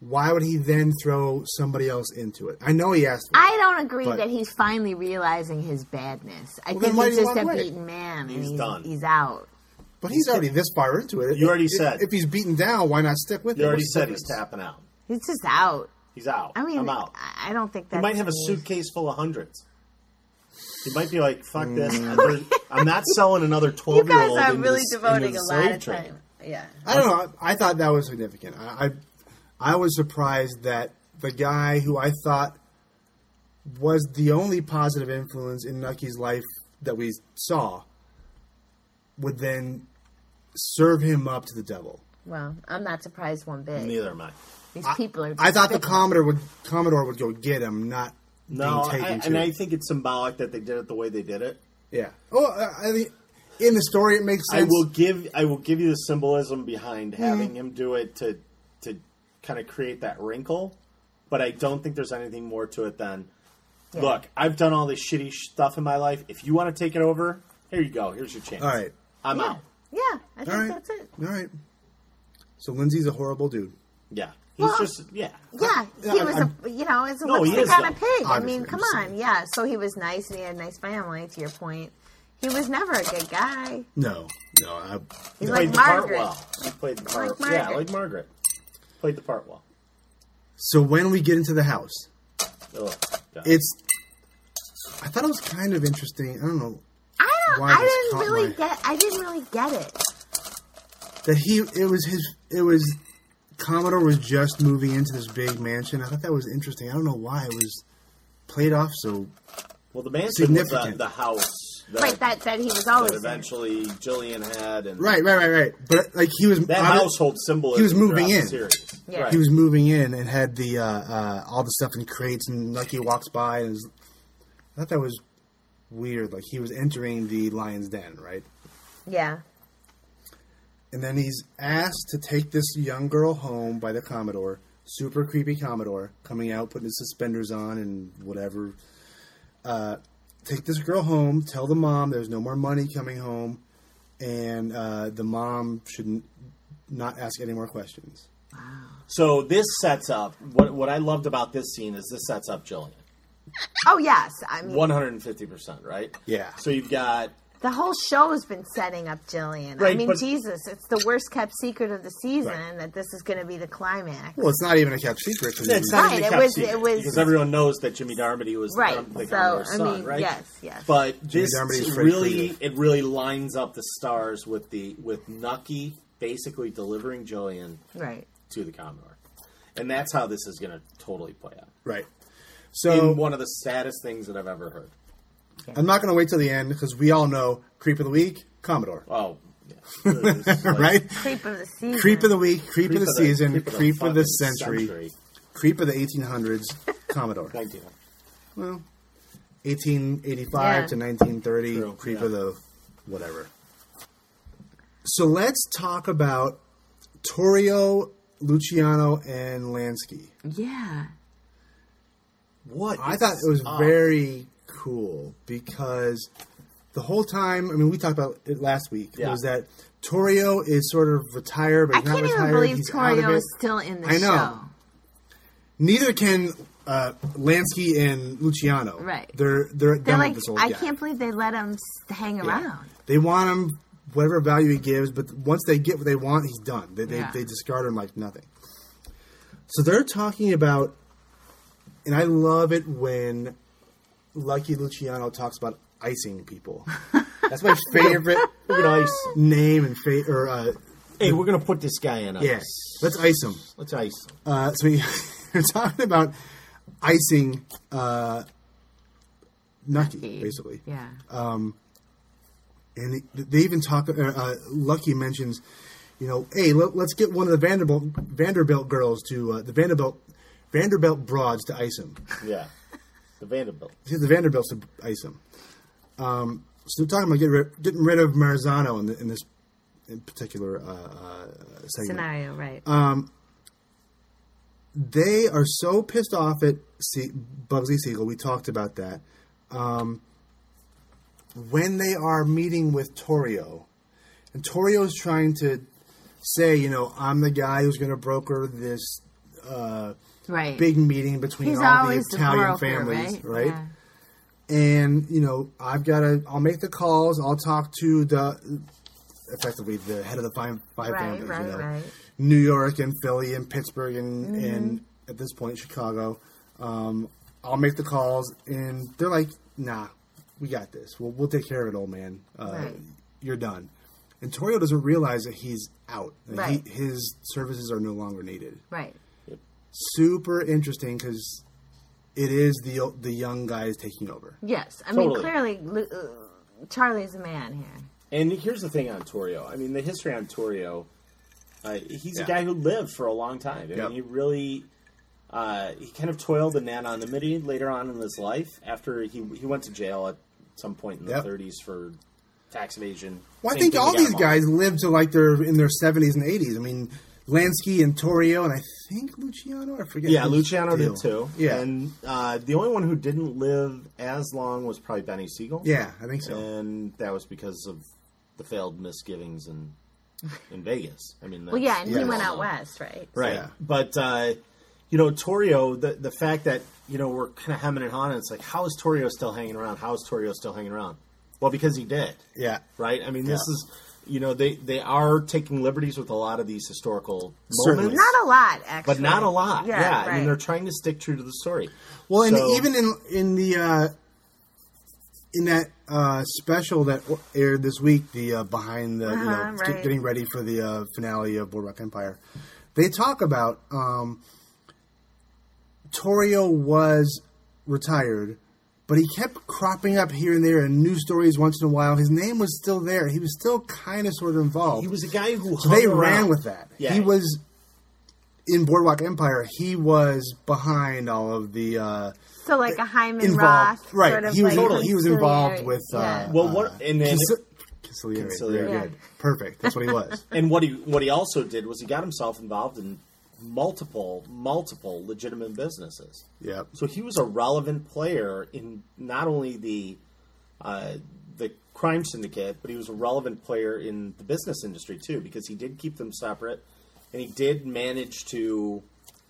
Why would he then throw somebody else into it? I know he asked. for it.
I don't agree
But-
that he's finally realizing his badness. I
Well, then
think
why
he's
did he
just
walk
a
away?
beaten man. and
He's
he's
done.
He's out.
But he's already this far into it.
You already
If-
said.
If he's beaten down, why not stick with
You
it?
already
What's the
said he's
difference?
tapping out.
He's just out.
He's out.
I mean,
I'm out.
I I don't think that's
He might have a
news.
suitcase full of hundreds. He might be like, "Fuck this! I'm really- I'm not selling
(laughs)
another
You
twelve year
guys
old."
are really devoting a lot of time. Yeah.
I don't know. I, I thought that was significant. I, I I was surprised that the guy who I thought was the only positive influence in Nucky's life that we saw would then serve him up to the devil.
Well, I'm not surprised one bit.
Neither am I.
These people are.
I thought the
despicable.
Commodore would Commodore would go get him, not
No,
being taken
I,
to.
and I think it's symbolic that they did it the way they did it.
yeah. Oh, I, I think in the story it makes
I
sense.
will give I will give you the symbolism behind
Mm-hmm.
having him do it to to kind of create that wrinkle, but I don't think there's anything more to it than look. I've done all this shitty stuff in my life. If you want to take it over, here you go. Here's your chance.
All right.
I'm
Yeah.
out.
Yeah, I think
All right.
that's it.
All right. So Lindsay's a horrible dude.
Yeah, he's
Well-
just yeah.
Yeah, he
I-
was
I'm-
a you know, it's a
No, he
lipstick
is,
on a
though.
pig. I mean,
Obviously,
come
I'm just
on,
saying.
yeah. So he was nice and he had a nice family. To your point, he was never a good guy.
No, no. I,
He's
Played
like
the part
Margaret.
well. He Played the part.
Like
yeah,
Margaret.
like Margaret. Played the part well.
So when we get into the house,
Ugh, God.
it's. I thought it was kind of interesting. I don't know
I don't.
Why
I
this
didn't
caught
really
my-
get. I didn't really get it.
that he. It was his. It was Commodore was just moving into this big mansion. I thought that was interesting. I don't know why it was played off so.
well, the mansion was the,
significant.
the house that,
Right, that that he was
that
always. in.
eventually Jillian had and
Right, right, right, right. But like he was
that
obvi-
household symbolism.
he was moving
throughout the
in.
series.
Yeah.
Right.
He was moving in and had the uh, uh, all the stuff in crates, and Lucky walks by and is, I thought that was weird. Like he was entering the lion's den, right?
Yeah.
and then he's asked to take this young girl home by the Commodore, super creepy Commodore, coming out, putting his suspenders on and whatever. Uh, take this girl home, tell the mom there's no more money coming home, and uh, the mom shouldn't not ask any more questions.
So this sets up what what I loved about this scene is this sets up Jillian.
Oh yes. I mean,
One hundred and fifty percent, right?
Yeah.
So you've got
the whole show has been setting up Jillian. I
Right,
mean,
but-
Jesus, it's the worst kept secret of the season
Right.
that this is going to be the climax.
Well, it's not even a kept secret. 'cause
it's
he-
not
Right,
even
it
kept
was-
secret,
it was-
because everyone knows that Jimmy Darmody was
Right,
the, Com- the
so,
Commodore's
I
son,
mean,
right?
yes, yes.
But this
Darmody's Fred
really
Krueger.
it really lines up the stars with the with Nucky basically delivering Jillian
Right.
to the Commodore, and that's how this is going to totally play out.
right.
In
So
one of the saddest things that I've ever heard.
I'm not going to wait till the end because we all know creep of the week, Commodore,
Oh,
(laughs)
yeah. This is like-
right?
Creep of the season.
Creep of the week, creep, of the, season, creep, of the,
fucking
century, creep of the 1800s,
(laughs)
Commodore.
Thank you.
1885
Yeah.
to 1930,
True,
creep
yeah.
of the whatever. So let's talk about Torrio, Luciano, and Lansky.
Yeah.
What
I thought it was very cool because the whole time, I mean, we talked about it last week,
Yeah.
was that Torrio is sort of retired, but
I
he's not
can't even
retired.
believe
he's out of
Torio
it.
is still in the
I know.
show.
Neither can uh, Lansky and Luciano.
Right.
They're they're,
They're
done with
like,
this old
I
guy.
can't believe they let him s- hang around.
They want him whatever value he gives, but once they get what they want, he's done. They they,
Yeah.
they discard him like nothing. So they're talking about, and I love it when Lucky Luciano talks about icing people. That's
(laughs)
my favorite
ice.
name and fa- or uh,
Hey, we're gonna put this guy in ice.
yeah. Let's ice him.
Let's ice. him.
Uh, so we, (laughs) we're talking about icing uh, Nucky, basically. Uh,
Yeah.
and they, they even talk. Uh, uh, Lucky mentions, you know, hey, let, let's get one of the Vanderbilt Vanderbilt girls to uh, the Vanderbilt Vanderbilt broads to ice him.
Yeah, the Vanderbilt.
See, the Vanderbilts to ice him. Um, so they're talking about getting rid, getting rid of Marzano in, the, in this in particular uh, uh, segment.
Scenario, right.
uh, They are so pissed off at Se- Bugsy Siegel. We talked about that. Um, when they are meeting with Torrio, and Torrio is trying to say, you know, I'm the guy who's going to broker this uh,
right.
big meeting between
He's
all the
always the
Italian
broker,
families,
right?
right?
Yeah.
And you know, I've got to. I'll make the calls. I'll talk to the effectively the head of the five five
Right,
families.
right,
you know?
right. Mm-hmm.
New York and Philly and Pittsburgh and, and at this point Chicago. Um, I'll make the calls, and they're like, "Nah, we got this. We'll we'll take care of it, old man. Uh,
Right.
You're done." And Torrio doesn't realize that he's out. That he-
Right.
his services are no longer needed.
Right.
Super interesting because it is the the young guys taking over.
Yes. I mean,
Totally.
clearly, Lu- uh, Charlie's a man here.
And here's the thing on Torrio. I mean, the history on Torrio. Uh, he's
Yeah.
a guy who lived for a long time. I
Yep.
mean, he really. Uh, he kind of toiled in anonymity later on in his life after he he went to jail at some point in the
Yep.
30s for tax evasion.
Well, I
Same
think
thing
all
we got
these
him on.
guys live to like their in their seventies and eighties. I mean, Lansky and Torrio, and I think Luciano. I forget.
Yeah,
who's
Luciano
deal.
did too.
Yeah,
and uh, the only one who didn't live as long was probably Benny Siegel.
yeah, I think so.
and that was because of the failed misgivings in in Vegas. I mean,
Well, yeah, and he
Yes.
went out west, right?
right?
Yeah.
But uh, you know, Torrio, the the fact that you know we're kind of hemming and hawing, it's like, how is Torrio still hanging around? How is Torrio still hanging around? Well, because he did,
yeah,
right? I mean, this
Yeah.
is. You know they, they are taking liberties with a lot of these historical
Certainly.
moments,
Not a lot, actually.
but not a lot. Yeah, I mean
right.
they're trying to stick true to the story.
Well, and
So-
even in in the uh, in that uh, special that w- aired this week, the uh, behind the you know
Uh-huh,
get-
right.
getting ready for the uh, finale of Boardwalk Empire, they talk about um, Torrio was retired, but he kept cropping up here and there in news stories once in a while. His name was still there. He was still kind of sort of involved.
He was a guy who
So they
hung
ran
around.
with that.
Yeah.
He was in Boardwalk Empire. He was behind all of the uh,
So, like a Hyman
involved.
Roth.
Right.
Sort of
he was
like
he was
conciliary-
involved with. Uh,
yeah.
Well, what- and then-
consi- Consigliere.
Consigliere.
Very
Yeah.
good. Perfect. That's what he
(laughs)
was.
And what he what he also did was he got himself involved in multiple multiple legitimate businesses.
Yep.
So he was a relevant player in not only the uh, the crime syndicate, but he was a relevant player in the business industry too, because he did keep them separate, and he did manage to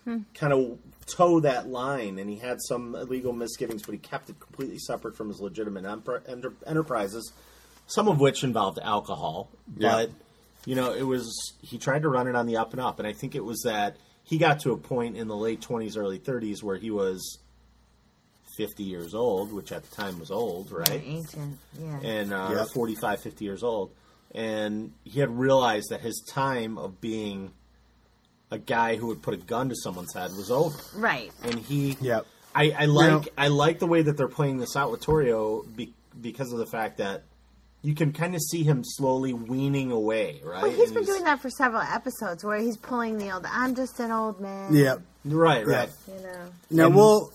kind of toe that line. And he had some illegal misgivings, but he kept it completely separate from his legitimate empre- enter- enterprises, some of which involved alcohol. But you know, it was he tried to run it on the up and up, and I think it was that he got to a point in the late twenties, early thirties, where he was. 50 years old, which at the time was old, right?
Ancient, yeah.
and uh,
Yep.
45, 50 years old. And he had realized that his time of being a guy who would put a gun to someone's head was over.
right.
And he,
Yep.
I, I like,
Now-
I like the way that they're playing this out with Torrio be, because of the fact that you can kind of see him slowly weaning away, right?
Well, he's
And
been doing that for several episodes where he's pulling the old, I'm just an old man.
Yep.
right, right.
Yeah.
You know.
Now we'll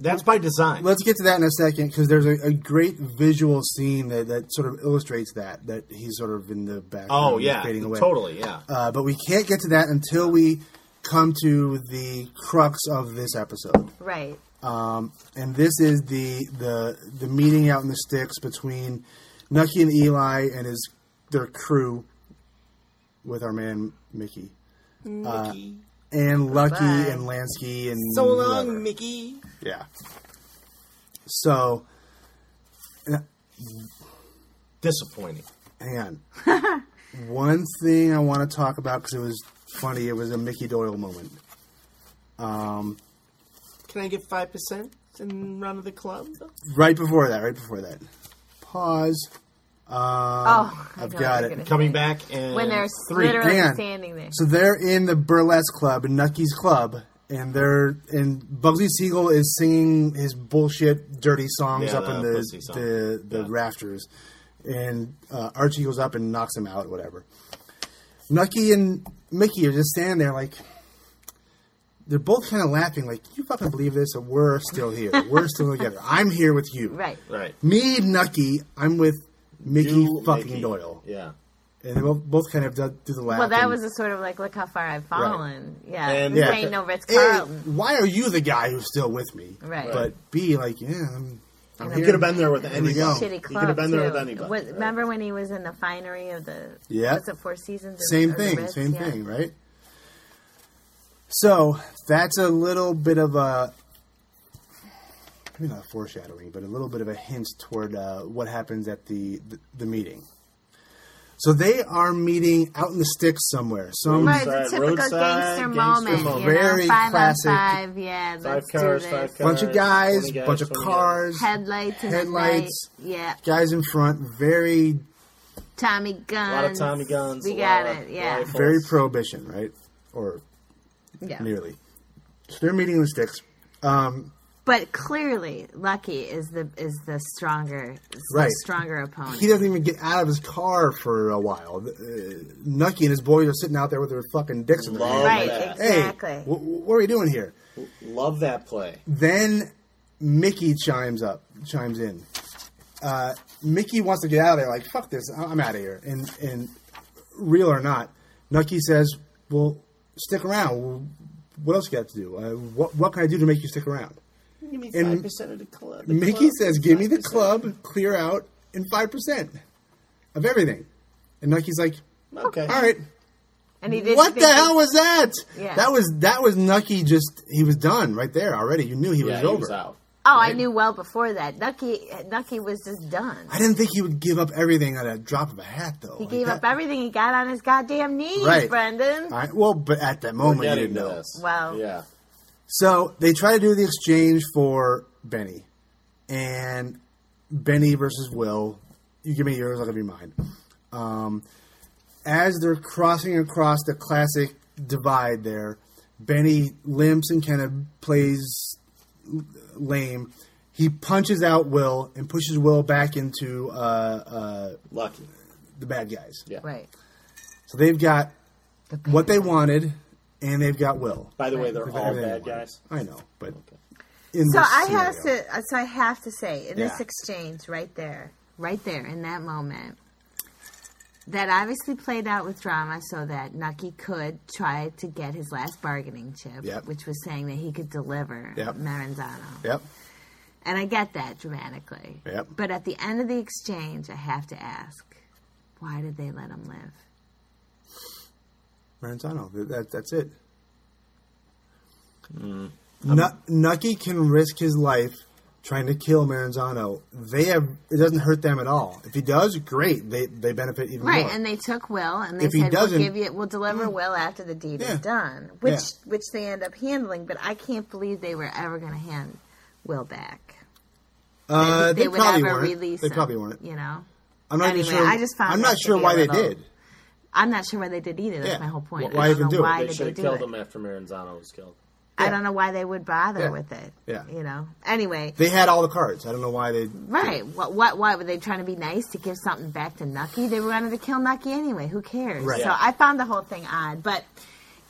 That's by design.
let's get to that in a second because there's a, a great visual scene that, that sort of illustrates that that he's sort of in the background.
oh yeah,
fading away.
totally, yeah.
Uh, but we can't get to that until we come to the crux of this episode.
Right.
Um, and this is the the the meeting out in the sticks between Nucky and Eli and his their crew with our man Mickey Uh,
Mickey.
and Lucky
Bye.
and Lansky and
so long,
whoever.
Mickey.
Yeah. So
Disappointing.
hang on.
(laughs)
One thing I want to talk about because it was funny. It was a Mickey Doyle moment.
Can I get five percent and run of the club?
Right before that. Right before that. Pause.
oh, I
I've
know
got
what you're
it.
gonna
Coming
say.
back and
When they're
three.
literally
Hang on.
standing there.
So they're in the burlesque club, Nucky's club, and they're and Bugsy Siegel is singing his bullshit dirty songs
Yeah,
up in
the
the
pussy song.
the, the rafters, and uh, Archie goes up and knocks him out, whatever. Nucky and Mickey are just standing there like. They're both kind of laughing, like, "You fucking believe this? And we're still here. We're still
(laughs)
together. I'm here with you.
right.
right.
Me, Nucky. I'm with Mickey
You,
fucking
Mickey.
Doyle."
Yeah.
And they both, both kind of do, do the laugh.
Well, that
and-
was a sort of like, look how far I've fallen. Yeah.
And-
this
Yeah.
ain't no Ritz
A,
Carlton.
why are you the guy who's still with me?
Right.
But B, like, yeah, I'm, I'm
And
here.
He could have been there with
we
anybody.
go.
He
Shitty club.
could have been there
too.
with anybody.
Was- Remember when he was in the finery of the.
Yeah.
Was it Four Seasons? or-
Same
or the
thing,
Ritz?
same
Yeah.
thing, right? So that's a little bit of a maybe not foreshadowing, but a little bit of a hint toward uh, what happens at the, the the meeting. So they are meeting out in the sticks somewhere. Some
Right, it's a
Roadside-
typical
roadside
gangster,
gangster
moment.
moment.
You know,
Very
five
classic.
on five. Yeah, let's
Five cars,
do this.
five cars.
bunch of guys,
20 guys,
bunch of
20
cars,
Headlights and
Headlights.
A night. Yeah,
guys in front, very
Tommy guns.
guys. A lot of Tommy guns.
We
a
got
lot of
it. Yeah,
rifles.
very prohibition, right? Or
yeah.
nearly. So they're meeting the sticks. Um,
But clearly, Lucky is the is the stronger, is the
Right.
stronger opponent.
he doesn't even get out of his car for a while. Uh, Nucky and his boys are sitting out there with their fucking dicks in their hand.
Love
right,
that.
Hey,
exactly.
wh- wh- what are we doing here?
Love that play.
Then Mickey chimes up, chimes in. Uh, Mickey wants to get out of there. Like fuck this, I- I'm out of here. And and real or not, Nucky says, "Well, stick around. Well, what else you got to do? Uh, what what can I do to make you stick around?"
Give me
And-
five percent of the club. the
Mickey
club,
says, "Give me the
5%."
club, clear out, and five percent of everything." And Nucky's like,
Okay.
"All right,
and he didn't
what the
think-
hell was that?
Yeah.
That was that was Nucky. Just he was done right there already. You knew he was
Yeah, he
over.
was out.
Oh, I knew well before that. Nucky, Nucky was just done.
I didn't think he would give up everything at a drop of a hat, though.
He gave up everything he got on his goddamn knees,
Right. Uh,
Brendan.
well, but at that moment, you
Getting
didn't
to
know.
this.
Wow.
Yeah.
So they try to do the exchange for Benny, and Benny versus Will. You give me yours, I'll give you mine. Um, as they're crossing across the classic divide, there, Benny limps and kind of plays l- lame. He punches out Will and pushes Will back into uh, uh,
Lucky.
the bad guys.
Yeah.
Right.
So they've got
The bad
what they wanted, and they've got Will.
By the way, they're
They've got
all
everything they
bad
wanted.
guys.
I know, but in
So
this
I have
scenario.
to. So I have to say, in this
Yeah.
exchange, right there, right there, in that moment, That obviously played out with drama so that Nucky could try to get his last bargaining chip,
Yep.
which was saying that he could deliver
Yep.
Maranzano.
Yep.
And I get that dramatically.
Yep.
But at the end of the exchange, I have to ask why did they let him live?
Maranzano. Th- That, that's it.
Hmm.
Nu- Nucky can risk his life trying to kill Maranzano. They have it doesn't hurt them at all. If he does, great. They they benefit even
Right,
more.
and they took Will, and they
If he
said we'll
doesn't- Mm.
give you, we'll deliver Will after the deed
Yeah.
is done, which
Yeah.
which they end up handling. But I can't believe they were ever going to hand Will back.
uh,
they,
they,
would
probably
ever
weren't.
release.
They
him,
probably weren't.
You know,
I'm not
Anyway,
even sure.
I just found
I'm
that
not
to
sure
be a
why they
little-
did.
I'm not sure why they did either. That's
Yeah.
my whole point.
Why
I don't
even
know
do it?
why
They
They
did
should
they
have
do
killed
it.
him after Maranzano was killed.
I don't know why they would bother
Yeah.
with it.
Yeah.
you know. Anyway,
They had all the cards. I don't know why they.
right? What? What? Why were they trying to be nice to give something back to Nucky? They wanted to kill Nucky anyway. Who cares?
Right.
So
Yeah.
I found the whole thing odd, but.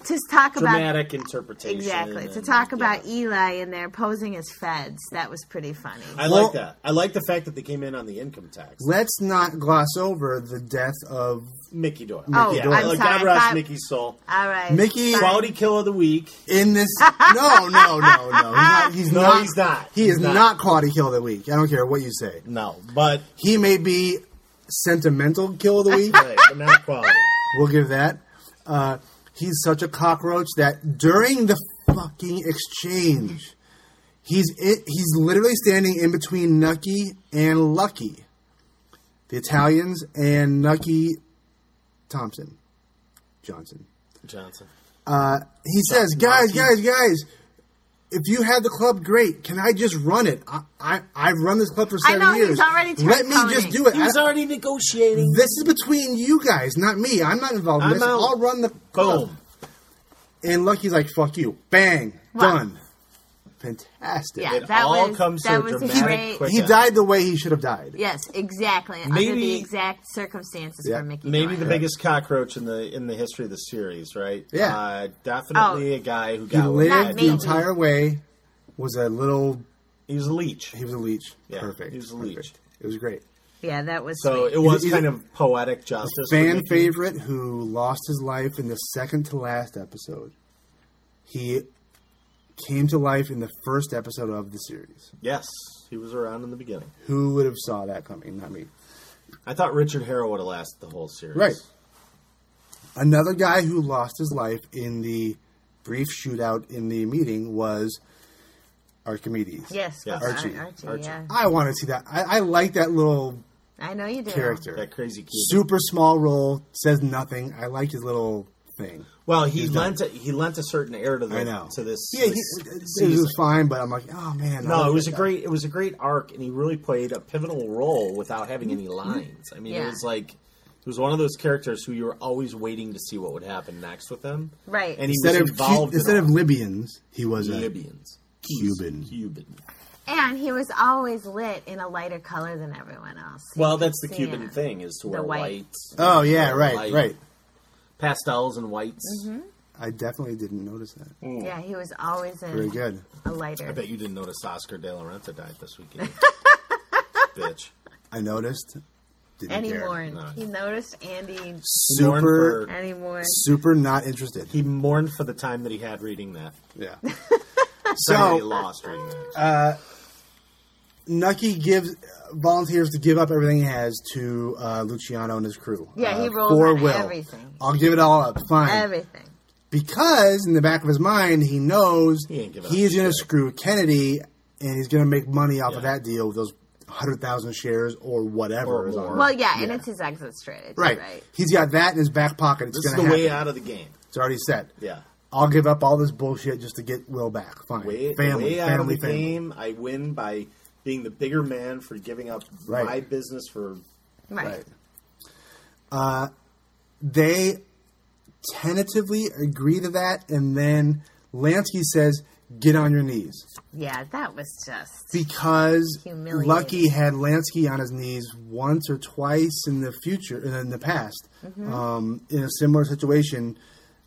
To talk about
Dramatic interpretation.
Exactly. To
and-
talk about
yeah.
Eli and they're posing as feds, that was pretty funny.
I
Well-
like that. I like the fact that they came in on the income tax.
Let's not gloss over the death of
Mickey Doyle.
Oh,
yeah.
I'm
like,
sorry,
God
I
rest
thought-
Mickey's soul.
All right.
Mickey-
Fine.
Quality kill of the week.
in this. No, no, no, no. He's not. He's
(laughs) No,
not,
he's not.
He is
He's not.
not quality kill of the week. I don't care what you say.
No, but
He may be sentimental kill of the week.
right, but not quality.
we'll give that. Uh, he's such a cockroach that during the fucking exchange, he's it, he's literally standing in between Nucky and Lucky, the Italians and Nucky Thompson Johnson.
Johnson.
Uh, He says, "Guys, guys, guys." If you have the club, great. Can I just run it? I I, I run this club for
I
seven
know, he's
years.
already turned
Let me
colony.
just do it.
He was
I-
already negotiating.
this is between you guys, not me. I'm not involved in
I'm
this.
out.
I'll run the club.
Boom.
And Lucky's like, "Fuck you!" Bang,
Wow.
done. Fantastic.
yeah,
It
that
all
was,
comes
that
so
was a
dramatic,
great.
quick.
He
Yeah.
died the way he should have died.
Yes, exactly. Under the
Maybe-
exact circumstances
Yeah.
for Mickey.
Maybe the
Doyle.
biggest cockroach in the in the history of the series, right?
Yeah.
uh, definitely
Oh.
a guy who
He
got what
lived
Not
the
me.
he,
entire way. Was a little.
he was a leech.
He was a leech.
Yeah,
Perfect.
he was a
Perfect.
leech.
It was great.
Yeah, that was.
So
sweet.
it was
He's-
kind of poetic justice. for
Fan
Mickey.
favorite who lost his life in the second to last episode. He came to life in the first episode of the series.
Yes, he was around in the beginning.
Who would have saw that coming? Not me.
I thought Richard Harrow would have lasted the whole series.
Right. Another guy who lost his life in the brief shootout in the meeting was Archimedes.
Yes,
Yeah,
was Ar-
Archie.
Archie,
Archie.
Yeah.
I want to see that. I, I like that little
I know you do.
character.
That crazy kid.
Super small role, says nothing. I like his little thing.
well, he lent a, he lent a certain air to the
I know.
to this.
Yeah, he,
this
it
season.
was fine, but I'm like, oh man. I
No, it
like
was
that
a
guy.
great it was a great arc, and he really played a pivotal role without having any lines. I mean,
Mm-hmm. Yeah.
it was like he was one of those characters who you were always waiting to see what would happen next with him.
Right.
and he
Instead
was
of Cu-
involved. in
instead
all
of Libyans, he was
the
a
Libyans,
Cuban.
Cuban.
And he was always lit in a lighter color than everyone else.
Well, that's the
Yeah.
Cuban thing is to wear
white.
whites.
Oh yeah,
Wear
right,
white,
right.
Pastels and
Mm-hmm.
whites.
I definitely didn't notice that.
Mm.
Yeah, he was always in
Very good.
a lighter.
I bet you didn't notice Oscar De La Renta died
(laughs)
this weekend, bitch.
I noticed. Didn't
Andy
care.
Warren.
No.
He noticed Andy.
Mourned
Super.
for-
Andy Warren.
super not interested.
he mourned for the time that he had reading that.
yeah.
So he
so
lost reading that.
uh, Nucky gives volunteers to give up everything he has to uh, Luciano and his crew.
Yeah, he
uh,
rolls
for
on
Will.
everything.
I'll give it all up. Fine.
Everything.
Because in the back of his mind, he knows
He ain't giving up
he's going to
shit.
screw Kennedy, and he's going to make money off of
Yeah.
that deal with those hundred thousand shares or whatever.
Or
is on
more.
it.
Well, yeah, and it's his exit strategy,
right.
right?
He's got that in his back pocket. It's
This is
going
the
to happen.
way out of the game.
It's already set.
Yeah.
I'll give up all this bullshit just to get Will back. Fine.
way,
family,
way out of
family,
the
family.
game. I win by being the bigger man for giving up
Right.
my business for
right?
Right. Uh, They tentatively agree to that, and then Lansky says, "Get on your knees,"
Yeah, that was just
because
Humiliating.
Lucky had Lansky on his knees once or twice in the future, in the past,
Mm-hmm.
um, in a similar situation,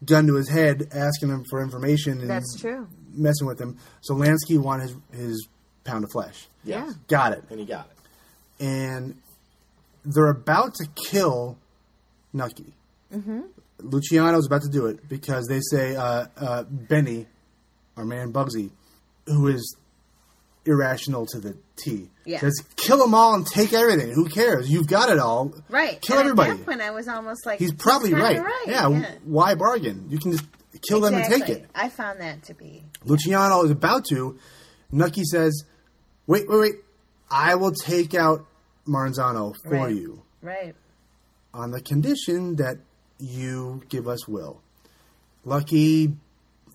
gun to his head, asking him for information and
that's true.
messing with him. So Lansky wanted his, his pound of flesh.
Yeah.
Got it.
and he got it.
and they're about to kill Nucky. Mm-hmm. Luciano's about to do it because they say uh, uh, Benny, our man Bugsy, who is irrational to the T,
Yeah.
says, "Kill them all and take everything. Who cares? You've got it all.
Right.
Kill
and
everybody."
At that point, I was almost like,
He's probably
kinda
right. Yeah, w- Why bargain? You can just kill them and
Exactly.
take it.
I found that to be
Luciano is about to. Nucky says, "Wait, wait, wait! I will take out Maranzano for
Right.
you
right.
on the condition that you give us Will." Lucky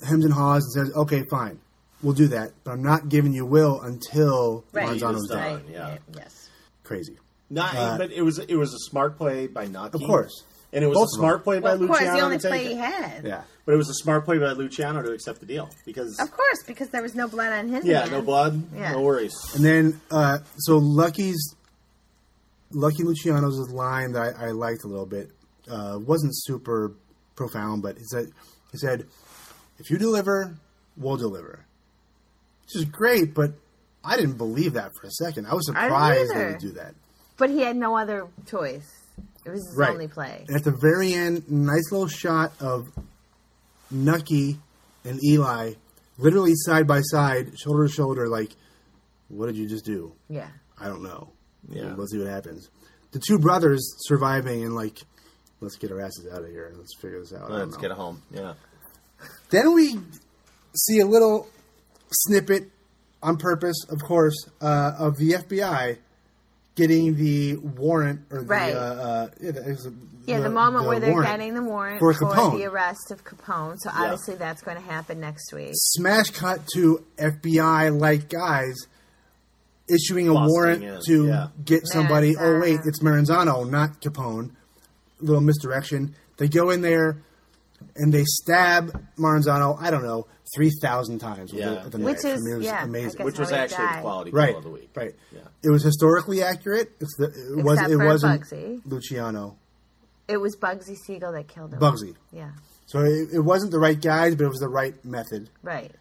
hems and haws and says, "Okay, fine, we'll do that, but I'm not giving you Will until
Right.
Maranzano's
He was
dead."
done. yeah.
Yes.
Crazy.
Not, but it was it was a smart play by Nucky,
Uh, Of course.
and it was
Both
a
of
smart
them.
play
Well,
by
of course,
Luciano
the only
to take
play
it.
he had.
Yeah.
But it was a smart play by Luciano to accept the deal because
Of course, because there was no blood on his
yeah,
hand.
no blood,
Yeah.
no worries.
And then, uh, so Lucky's Lucky Luciano's line that I, I liked a little bit uh, wasn't super profound, but he said, he said, "If you deliver, we'll deliver," which is great. But I didn't believe that for a second. I was
I didn't
surprised
either.
they would do that.
But he had no other choice. It was his only play.
And at the very end, nice little shot of Nucky and Eli, literally side by side, shoulder to shoulder. Like, what did you just do?
Yeah.
I don't know.
Yeah.
Let's see what happens. The two brothers surviving and like, let's get our asses out of here and let's figure this out. I don't
Let's
know.
get home. Yeah,
Then we see a little snippet on purpose, of course, uh, of the FBI getting the warrant or the
Right.
uh, uh, yeah, the, it was
Yeah, the, moment
the
where they're
warrant
getting the warrant
for
for,
Capone.
the arrest of Capone. So obviously that's going to happen next week.
smash cut to FBI like guys issuing a
Busting
warrant
in,
to
yeah.
get somebody. Oh
Maranzano.
wait, it's Maranzano, not Capone. Little misdirection. They go in there and they stab Maranzano. I don't know three thousand times. with
Yeah.
the- with the
Which
knife. I
is-
mean, it was
yeah, I
amazing.
guess
which
how
was
he
actually the
died.
quality
right,
call of the week.
right.
Yeah.
It was historically accurate. It's the, it was.
Except
It
for
wasn't
Bugsy.
Luciano
It was Bugsy Siegel that killed him.
Bugsy.
Yeah.
So it, it wasn't the right guys, but it was the right method.
Right.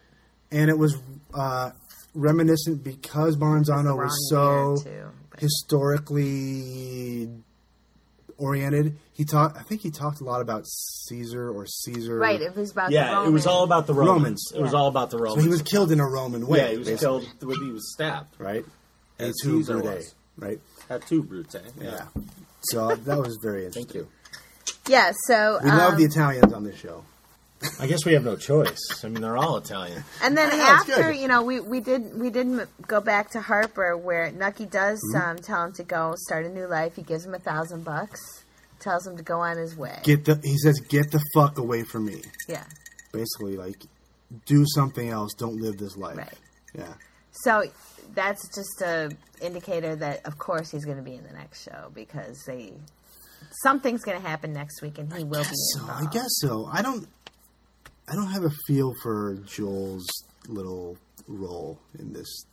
and it was uh, reminiscent because Maranzano was,
It's the wrong
so
year, too, but-
historically oriented. He talked. I think he talked a lot about Caesar or Caesar.
Right. It was about the
Yeah, it
Romans.
was all about the Romans.
Romans.
It was all about the
So
Romans.
he was killed in a Roman way.
yeah, he was
basically,
killed. He was stabbed.
Right.
As
Et tu,
Caesar
Brute,
was.
Right.
Tattoo brute. Yeah.
Yeah. So that was very interesting.
Thank you.
Yeah. So
We love
um,
the Italians on this show.
I guess we have no choice. I mean, they're all Italian.
And then
Yeah, it's
after,
good.
you know, we, we did we did m- go back to Harper where Nucky does
Mm-hmm.
um, tell him to go start a new life. He gives him a thousand bucks, tells him to go on his way.
Get the. He says, "Get the fuck away from me."
yeah.
Basically, like, do something else. Don't live this life.
Right.
Yeah.
So that's just a indicator that of course he's going to be in the next show because they something's going to happen next week and he will be
so
involved.
I guess so. I don't. I don't have a feel for Joel's little role in this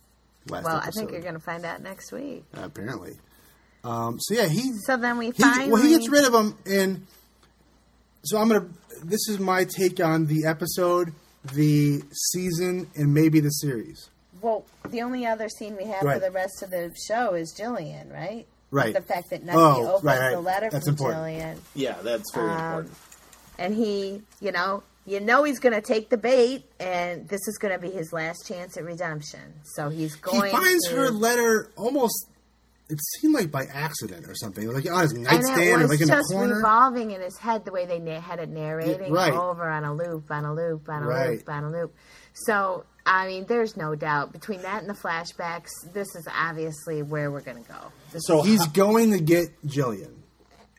last
Well, I
episode.
think you're going to find out next week.
apparently. Um, so yeah, he,
So then
he
we finally
well he gets rid of him, and so I'm gonna. This is my take on the episode, the season, and maybe the series.
Well, the only other scene we have for
Right.
the rest of the show is Jillian, right?
Right.
The fact that Nucky
Oh,
opens
right, right.
the letter
That's
from
important.
Jillian,
Yeah, that's
Uh,
very important.
and he, you know, you know he's going to take the bait, and this is going to be his last chance at redemption. So he's
He
going.
finds
to,
her letter almost. It seemed like by accident or something. It was like on his
and it
nightstand or
was
like in a
just
corner.
revolving in his head the way they na- had it narrating
right.
over on a loop, on a loop, on a
Right.
loop, on a loop. So I mean, there's no doubt between that and the flashbacks, this is obviously where we're going to go. This
So
He's going to get Jillian,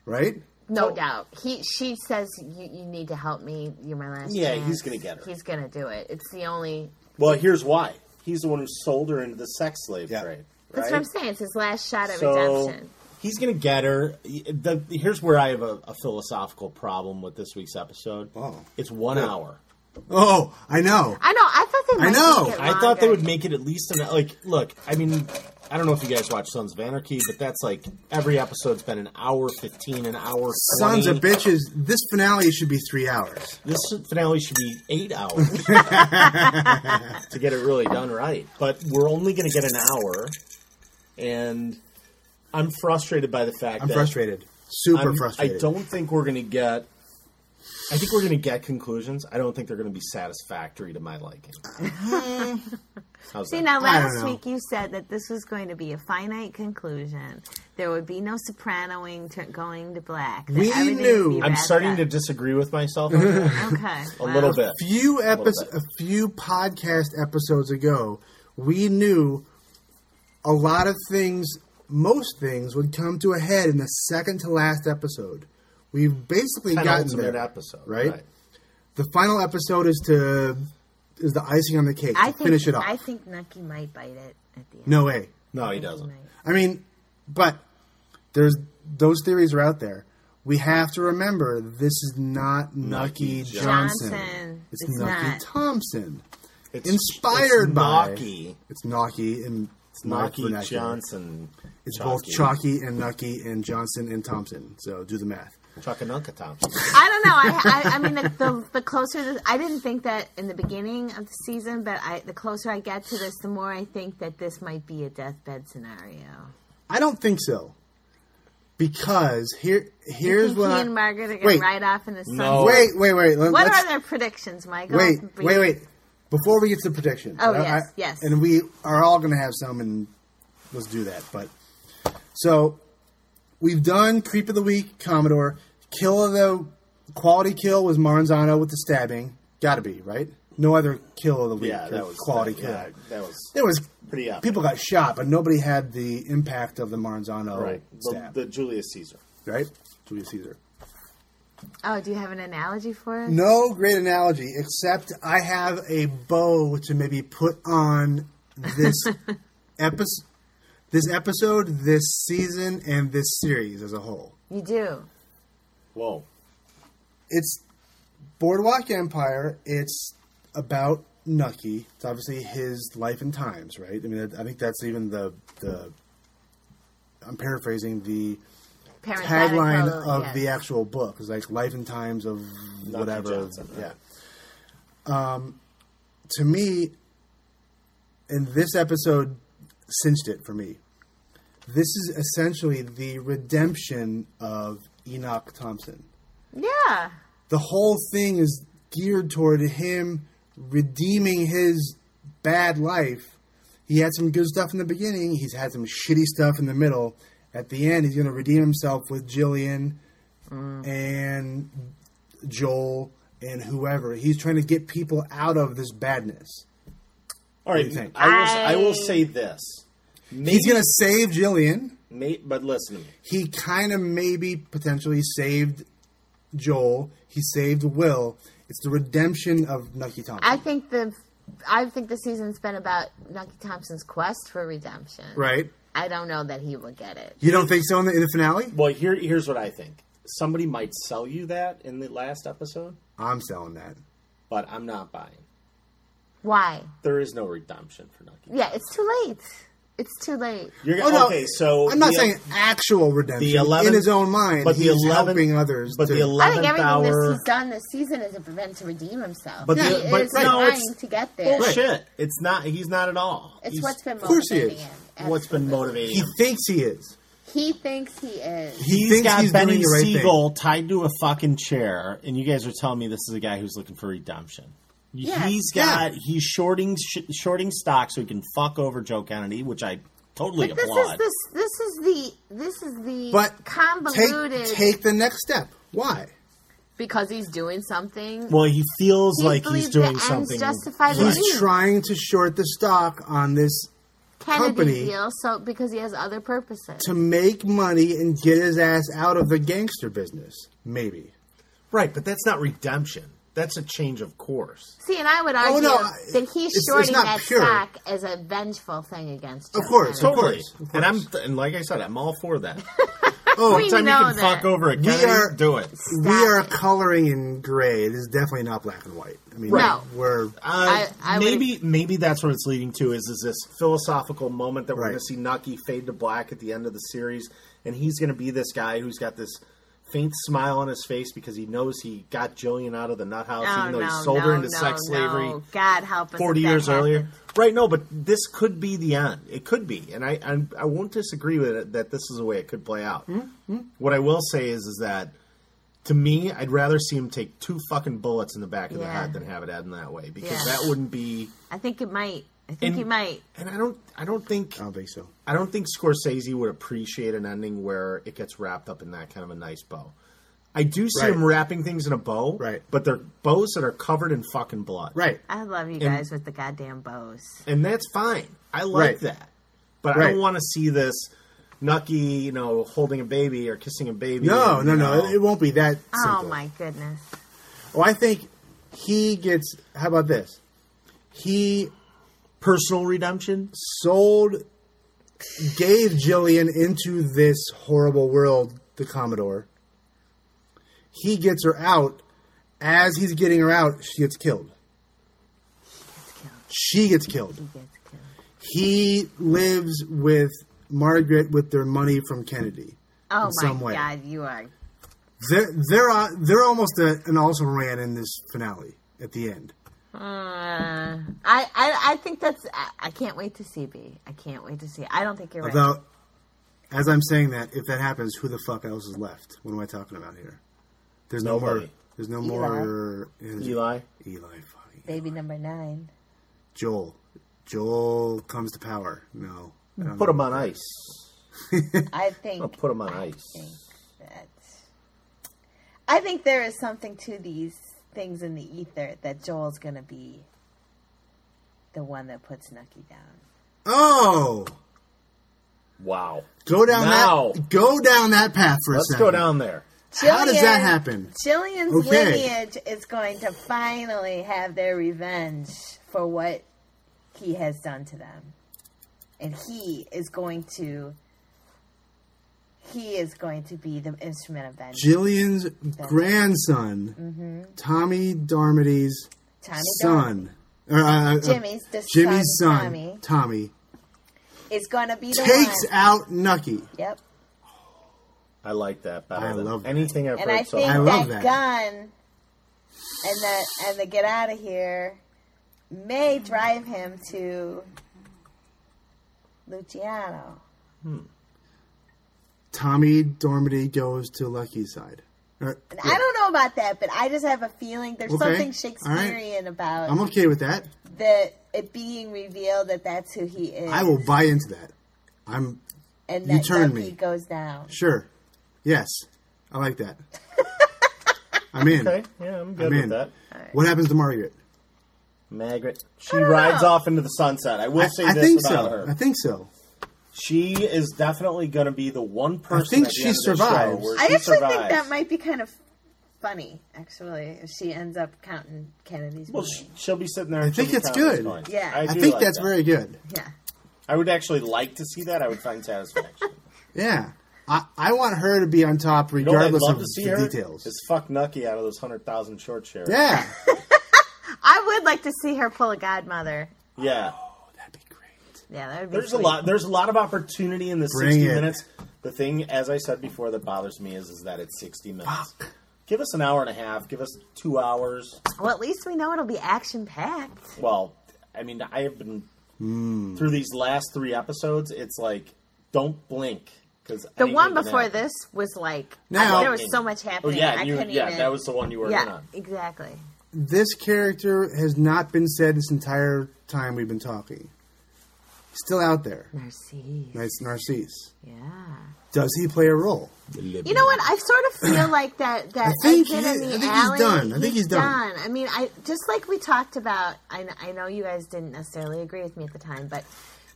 right?
No
So-
doubt. He she says you, you need to help me. You're my last.
Yeah,
chance."
he's gonna get her.
He's gonna do it. It's the only.
Well, here's why. He's the one who sold her into the sex slave
Yeah.
trade. Right?
That's what I'm saying. It's his last shot at
So
redemption.
He's going to get her. The, here's where I have a, a philosophical problem with this week's episode.
Oh.
It's one hour.
Oh, I know.
I know. I thought they. Might
I know.
Make it
I thought they
longer.
would make it at least an like. Look, I mean, I don't know if you guys watch Sons of Anarchy, but that's like every episode's been an hour fifteen, an hour. 20.
Sons of bitches, this finale should be three hours.
This finale should be eight
(laughs)
hours to get it really done right. But we're only going to get an hour, and I'm frustrated by the fact
I'm
that
frustrated. Super
I'm-
frustrating.
I don't think we're going to get. I think we're going to get conclusions. I don't think they're going to be satisfactory to my liking. How's
See,
that?
now last
know.
week you said that this was going to be a finite conclusion. There would be no sopranoing to going to black. that
We
everything would
knew.
be
I'm
I'm
wrapped
starting
up.
to disagree with myself on that
(laughs)
Okay.
a little bit.
few
little
episodes,
bit.
a few podcast episodes ago, we knew a lot of things, most things would come to a head in the second to last episode. We've basically gotten
Penultimate
there,
episode,
right?
right.
The final episode is to is the icing on the cake.
I
to
think,
finish it off.
I think Nucky might bite it at the end.
no way.
No, he
He
doesn't.
might.
I mean, but there's those theories are out there. We have to remember this is not Nucky, Johnson.
Johnson.
It's,
It's
Nucky
not.
Thompson.
It's
Inspired
it's
by-
Nocky.
It's Nocky and it's
Nocky Johnson.
It's both Chalky and Nucky and Johnson and Thompson. So do the math.
Chakanunka Thompson.
I don't know. I, I, I mean, the, the, the closer this, I didn't think that in the beginning of the season, but I, the closer I get to this, the more I think that this might be a deathbed scenario.
I don't think so. Because here here's
think
what
he
I,
and Margaret are going
Wait.
to ride off in the sun.
No.
wait, wait, wait. Let,
What
let's-
are their predictions, Michael?
wait,
Brief.
wait, wait. Before we get to the predictions.
Oh, yes, yes.
And we are all going to have some, and let's do that. But so we've done Creep of the Week, Commodore. Kill of the quality kill was Maranzano with the stabbing. Got to be right. No other kill of the week.
Yeah,
or
that was
quality
that,
kill.
Yeah, that was
There was
Pretty epic.
people got shot, but nobody had the impact of the Maranzano
right. The,
stab.
the Julius Caesar.
right, Julius Caesar.
Oh, do you have an analogy for it?
No great analogy, except I have a bow to maybe put on this episode, this episode, this season, and this series as a whole.
You do.
Whoa.
It's Boardwalk Empire. It's about Nucky. It's obviously his life and times, right? I mean, I think that's even the the. I'm paraphrasing the
Parenthetical,
tagline of
yes.
the actual book. It's like Life and Times of whatever.
Johnson,
yeah.
right.
Um, to me, and this episode cinched it for me. This is essentially the redemption of Enoch Thompson.
Yeah.
The whole thing is geared toward him redeeming his bad life. He had some good stuff in the beginning. He's had some shitty stuff in the middle. At the end, he's going to redeem himself with Jillian and Joel and whoever. He's trying to get people out of this badness.
All
you
right.
think?
I will, I will
I-
say this. Maybe,
He's going to save Jillian.
may, but listen to me.
He kind of maybe potentially saved Joel. He saved Will. It's the redemption of Nucky Thompson.
I think the I think the season's been about Nucky Thompson's quest for redemption.
right?
I don't know that he will get it.
You don't think so in the, in the finale?
Well, here, here's what I think. Somebody might sell you that in the last episode,
I'm selling that.
but I'm not buying.
Why?
There is no redemption for Nucky.
Yeah, it's too late. It's too late.
You're,
Oh, no.
okay, so
I'm not
the-
saying actual redemption.
the 11th
in his own mind,
but the
he's
11th
helping others.
but
to-
the
I think
eleventh
everything that
hour.
he's done this season is for him to redeem himself.
But
he
the- but-
is
right. No,
trying
it's
to get there.
Bullshit! It's not. He's not at all.
It's
He's-
what's been
of course he
motivating
is.
him.
what's been
Absolutely.
motivating.
he
him.
thinks he is.
He thinks he is.
He
He's
thinks
got
he's
Benny
doing the right
Siegel tied to a fucking chair, and you guys are telling me this is a guy who's looking for redemption.
Yeah.
He's got he's shorting sh- shorting stock so he can fuck over Joe Kennedy, which I totally
But this
applaud.
is this this is the this is the
thing. But
convoluted
take take the next step. Why?
because he's doing something.
well, he feels
he
like
believes
he's doing
the
something.
Ends justify the
He's
means.
trying to short the stock on this
Kennedy
company-
deal, so because he has other purposes.
to make money and get his ass out of the gangster business. Maybe.
Right, but that's not redemption. That's a change of course.
See, and
Oh,
I would argue
no,
that he's
it's- it's
shorting
not
that
pure.
stock as a vengeful thing against.
Of
Joe
course,
Kennedy.
of
Totally.
course, of
And I'm and like I said, I'm all
(laughs)
for that.
Oh,
We
Anytime you
know
can
that.
fuck over a Kennedy,
are-
do it.
we
Stop
are
it.
coloring in gray. It is definitely not black and white. I mean,
Right.
we're
I-
Uh,
I would-
maybe maybe that's what it's leading to is is this philosophical moment that we're
Right.
going to see Nucky fade to black at the end of the series, and he's going to be this guy who's got this
faint smile on his face because he knows he got Jillian out of the nut house,
Oh,
even though he
no,
sold
no,
her into
no,
sex
no.
slavery
God help us.
forty
if that
years earlier.
happened.
Right? No, but this could be the end. It could be, and I I, I won't disagree with it that this is the way it could play out.
Hmm?
What I will say is is that to me, I'd rather see him take two fucking bullets in the back of the
Yeah.
head than have it end that way because
Yeah.
that wouldn't be.
I think it might. I think
And-
he might.
And I don't I don't think
I don't think so.
I don't think Scorsese would appreciate an ending where it gets wrapped up in that kind of a nice bow. I do see
Right.
him wrapping things in a bow,
Right.
But they're bows that are covered in fucking blood,
Right.
I love you guys with the goddamn bows.
And that's fine. I like
Right.
that, but I
Right.
don't want to see this Nucky, you know, holding a baby or kissing a baby.
No,
and,
no,
you
no.
know,
It, it won't be that.
Oh
simple.
my goodness.
Well, Oh, I think he gets. How about this? He
personal redemption.
sold, gave Jillian into this horrible world, the Commodore. He gets her out. As he's getting her out, she gets killed. She gets
He
killed.
gets killed.
He lives with Margaret with their money from Kennedy.
Oh
In
my
some way.
god, you are.
They're they're, uh, they're almost a, an also ran in this finale at the end.
Uh, I, I I think that's. I, I can't wait to see B. I can't wait to see. I don't think you're right.
Although, as I'm saying that, if that happens, who the fuck else is left? What am I talking about here? There's no
Nobody.
more. There's no more. energy.
Eli,
Eli. fucking-
Baby number nine.
Joel. Joel comes to power. No. I don't
put
know.
him on ice.
I think.
I'll put him on ice.
that I think there is something to these things in the ether that Joel's gonna be the one that puts Nucky down.
Oh,
Wow.
go down
Now.
that. Go down that path for
Let's
a second.
go down there.
How does that
Jillian-
happen?
Jillian's
Okay.
lineage is going to finally have their revenge for what he has done to them. And he is going to he is going to be the instrument of vengeance.
Jillian's grandson, Tommy Darmody's
Mm-hmm. Tommy Dolan
son, or, uh, uh,
Jimmy's- the
Jimmy's
son,
son,
Tommy.
Tommy
is gonna be the
takes
one.
out Nucky.
Yep.
I like that better
I
than
love that.
anything I've
and
heard
I
so
think
I love that.
that, gun and that and the get out of here may drive him to Luciano.
Tommy Dormady goes to Lucky's side. Uh, Or-
And I don't know about that, but I just have a feeling there's
Okay.
something
All right.
Shakespearean about
I'm okay with that.
that it being revealed that that's who he is,
I will buy into that. I'm
and
you
that
turn
Nucky
me.
goes down.
sure. Yes, I like
(laughs)
that. I'm in.
Okay, yeah, I'm good
I'm
with
in.
that.
What happens to Margaret?
Margaret, she rides off into the sunset. I will
I,
say
I
this
think
about
so.
her:
I think so.
she is definitely going to be the one person.
think
at the
she
end of this
survives.
show where
I
she
actually think
survives.
that might be kind of funny, actually, if she ends up counting Kennedy's
Well,
money.
she, she'll be sitting there. I
think it's good.
Yeah.
I,
I
think that's very good.
yeah,
I would actually like to see that. I would find satisfaction.
Yeah. I, I want her to be on top
You know what I'd
(laughs) regardless
love
of
to see
the
her
details.
is fuck Nucky out of those hundred thousand short shares.
Yeah. (laughs)
I would like to see her pull a godmother.
yeah.
That'd be great.
Yeah, that would be
There's a
sweet.
lot. There's a lot of opportunity in the
Bring
60
it.
minutes. The thing, as I said before, that bothers me is is that it's 60 minutes. Give us an hour and a half. Give us two hours.
Well, at least we know it'll be action packed.
Well, I mean, I have been
Hmm.
through these last three episodes. It's like, don't blink because
The one before this was like
Now-
I- there was so much
Oh
happening.
yeah,
I
you,
couldn't
yeah,
even,
that was the one you were in
yeah,
on.
exactly.
This character has not been said this entire time we've been talking. Still out there.
Narcisse.
Nice Narcisse.
Yeah.
Does he play a role?
You know what? I sort of feel
(clears throat)
like that. That
I think
kid
he-
in the
I think he's
alley,
done. I think he's done.
I mean, I just like we talked about. I, I know you guys didn't necessarily agree with me at the time, but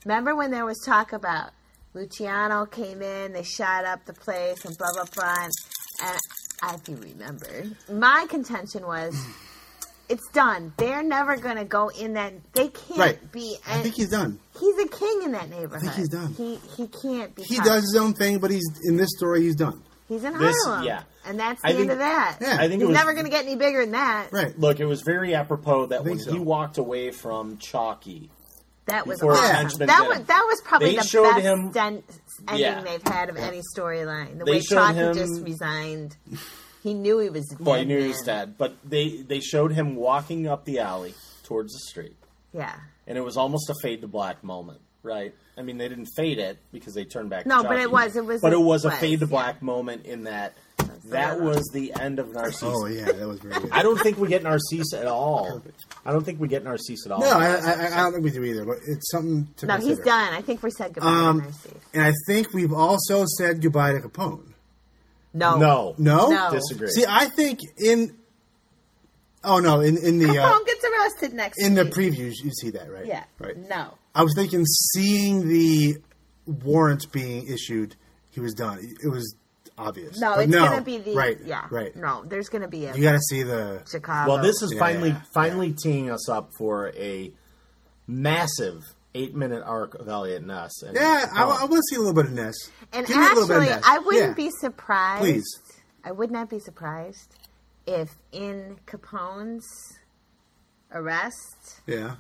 remember when there was talk about Luciano came in, they shot up the place, and blah blah blah. And, and I- if you remember, my contention was. It's done. They're never going to go in that. They can't
Right.
be.
I think he's done.
He's a king in that neighborhood.
he's done.
He he can't be.
He
touched.
does his own thing, but he's in this story he's done.
He's in
This-
Harlem.
yeah.
And that's the
I
end
think-
of that.
yeah.
I think it
He's
was
never going to get any bigger than that.
Right.
Look, it was very apropos that
think
when
so.
he walked away from Chalky,
That was
Before
awesome.
Henchman
That
did it.
was that was probably
They
the
showed
best
him-
den- ending
Yeah.
they've had of any storyline. The
They
way
showed
Taki
him-
just
(laughs)
resigned. He knew he was dead.
Boy, I knew he was
man.
dead. But they they showed him walking up the alley towards the street,
Yeah.
and it was almost a fade to black moment, right? I mean, they didn't fade it because they turned back.
No,
to
but
Chucky.
it was- it was-
But it was a
was,
fade to
yeah.
black moment in that
the
that
word.
was the end of Narcisse.
Oh yeah, that was very good.
I don't think we get Narcisse at all. I don't think we get Narcisse at all.
No, I, I, I don't think we do either, but it's something to
No,
consider.
he's done. I think we said goodbye
Um,
to Mercy.
And I think we've also said goodbye to Capone.
No.
no,
No?
No.
disagree.
See, I think in oh no, in in the uh,
Capone gets arrested next
in the
week.
previews you see that right?
Yeah.
right.
No.
I was thinking seeing the warrant being issued, he was done. It was obvious.
No,
But
it's gonna be the
right.
yeah.
right.
No, there's gonna be a
You got to see the
Chicago.
well, this is
Yeah,
finally
yeah,
finally teeing us up for a massive eight minute arc of Elliot Ness. And
yeah. I,
Capone.
I want to see a little bit of Ness.
And
Give me a little bit of
actually,
Ness.
I wouldn't
Yeah.
be surprised.
Please.
I would not be surprised if in Capone's arrest,
Yeah,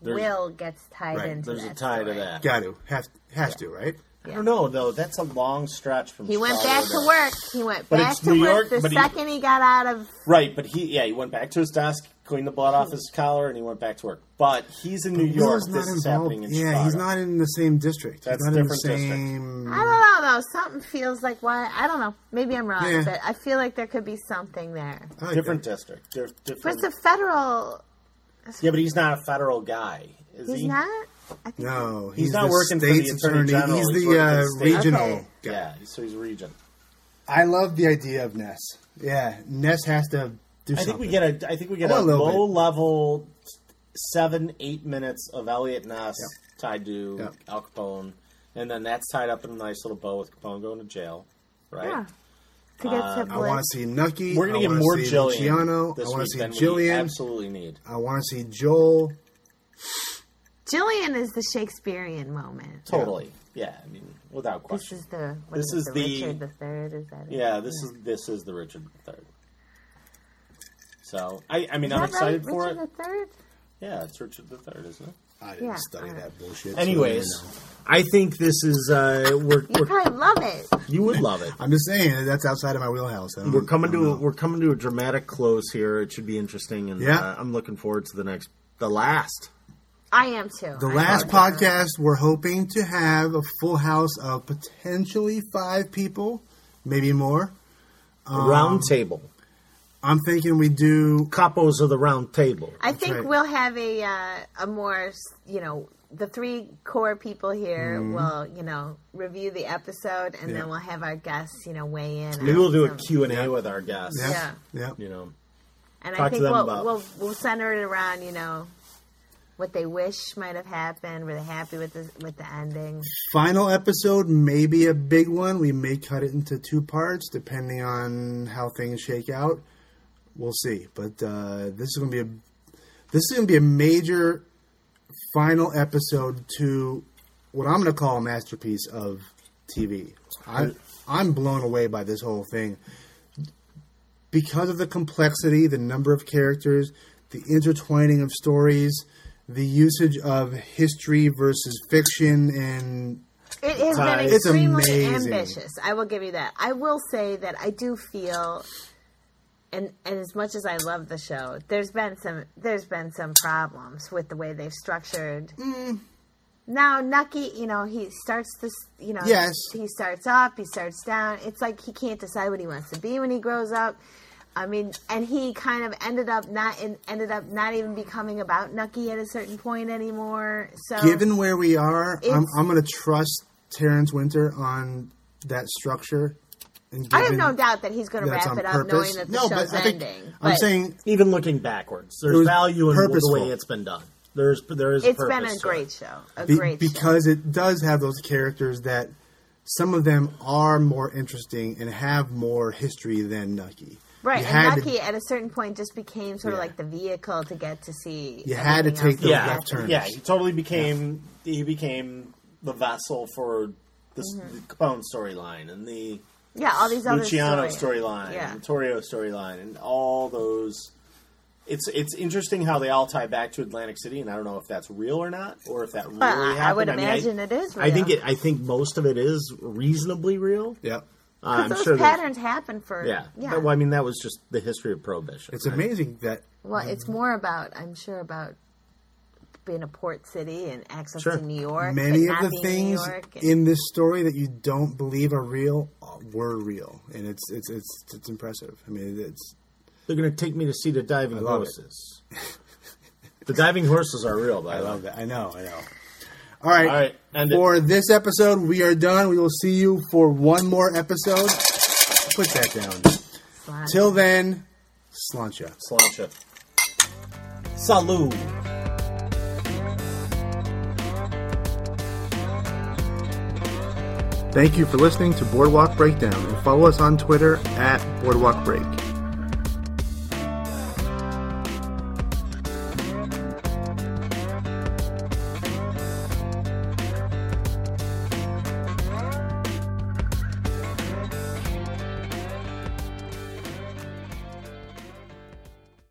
There's-
Will gets tied
Right,
into
There's
that
a tie to
story.
that.
got to have has to right.
I don't know though. That's a long stretch from.
He went
Chicago
back to
there.
work. He went
But
back
it's
to
New
work
York,
the
but he-
second he got out of.
Right, but he yeah he went back to his desk, cleaned the blood off his collar, and he went back to work. But he's in New York.
Will's
This is happening in
yeah,
Chicago.
he's not in the same district.
That's
he's not in the
different district.
same.
I
Mm-hmm.
don't know though. Something feels like why. I don't know. Maybe I'm wrong,
Yeah.
but I feel like there could be something there.
I like
different
that.
district. Di-
But
different.
it's a federal.
yeah, but he's not a federal guy, is
He's
he?
not. I think
No,
He's
he's
not
the
working for the
state's
Attorney General,
He's,
he's
the
working for
uh,
the state.
regional.
Okay.
guy.
Yeah, so he's region.
I love the idea of Ness. Yeah, Ness has to do
I
something.
think we get a. I think we get
Oh, a
a,
little
low level seven eight minutes of Elliot Ness tied to
Yep.
Al Capone, and then that's tied up in a nice little bow with Capone going to jail, right?
Yeah. To
uh,
get to
I want
Blitz.
to see Nucky.
We're gonna
I
get
wanna
more
see
Jillian.
Luciano. I
this
want
week
to see
than We
Jillian.
absolutely need.
I want to see Joel.
Jillian is the Shakespearean moment.
Totally. Yeah. I mean, without
This
question.
is the what is
This
it,
is the-
Richard the Third. Is that it?
yeah. This is this is the Richard III. So I, I mean,
Is that
I'm
right?
excited for
Richard
it.
the Third.
Yeah, it's Richard III, isn't it?
I didn't
Yeah,
study
all right.
that bullshit. so
Anyways,
I don't know.
I think this is uh, we're,
You
we're
probably love it.
you would love it.
I'm just saying that's outside of my wheelhouse. I don't-
We're coming
I don't
to a,
know.
we're coming to a dramatic close here. It should be interesting, and
Yeah.
uh, I'm looking forward to the next, the last.
I am too.
the last podcast. We're hoping to have a full house of potentially five people, maybe more. Um,
round table.
I'm thinking we do.
Capos of the round table.
I think
right.
we'll have a uh, a more you know the three core people here
Mm-hmm.
will you know review the episode and
Yeah.
then we'll have our guests you know weigh in.
Maybe we'll do a
on some-
Q and A with our guests.
Yeah,
Yeah.
yeah.
You know,
And
talk
I
to
think
them
we'll,
about-
we'll we'll center it around you know what they wish might have happened. Were they happy with the with the ending?
Final episode may be a big one. We may cut it into two parts depending on how things shake out. We'll see. But uh, this is gonna be a this is gonna be a major final episode to what I'm gonna call a masterpiece of TV. I I'm blown away by this whole thing because of the complexity, the number of characters, the intertwining of stories, the usage of history versus fiction, and
It has
Right.
been
It's
extremely
amazing.
ambitious. I will give you that. I will say that I do feel, and and as much as I love the show, there's been some there's been some problems with the way they've structured.
Mm.
Now Nucky, you know, he starts this, you know,
Yes.
he starts up, he starts down. It's like he can't decide what he wants to be when he grows up. I mean, and he kind of ended up not in, ended up not even becoming about Nucky at a certain point anymore. So
given where we are, I'm,
Oh. It's-
I'm going to trust Terrence Winter on that structure. And
I have
given
no doubt that he's going to
that it's
wrap
on
it up knowing
purpose.
that the
no,
show's
but I think,
ending.
I'm
But
saying
even looking backwards, there's
was
value in
purposeful.
the way it's been done. There's there is
it's
purpose
been a
to
great
it.
show. A
be-
great show.
because it does have those characters that some of them are more interesting and have more history than Nucky.
Right,
You
and
had to-
Nucky at a certain point just became sort
Yeah.
of like the vehicle to get to see.
You had to
everything
take those
else that
yeah,
left
happened.
turns.
Yeah, he totally became he became the vessel for this,
Mm-hmm.
the Capone storyline and the
Yeah, all these other
Luciano
stories.
storyline
Yeah.
and Torrio storyline and all those It's it's interesting how they all tie back to Atlantic City, and I don't know if that's real or not, or if that really
I- I
happened.
would
mean,
imagine it is
I think
real.
it. I think most of it is reasonably real.
Yeah.
Uh, I'm
Those
sure. there's-
patterns happen for
Yeah.
yeah.
But, well, I mean, that was just the history of prohibition.
It's
right?
amazing that
Well, it's more about I'm sure about being a port city and access
Sure.
to New York.
many
but
of
not
the
being
things
New York and-
in this story that you don't believe are real uh, were real, and it's it's it's it's impressive. I mean, it's
They're going to take me to see the diving
love it.
horses. the diving horses are real, by
I
the way.
love that. I know. I know. All right.
All right, end it.
for this episode, we are done. We will see you for one more episode. Put that down.
Slime.
Till then, slancha.
Slancha. Salud.
Thank you for listening to Boardwalk Breakdown and follow us on Twitter at Boardwalk Break.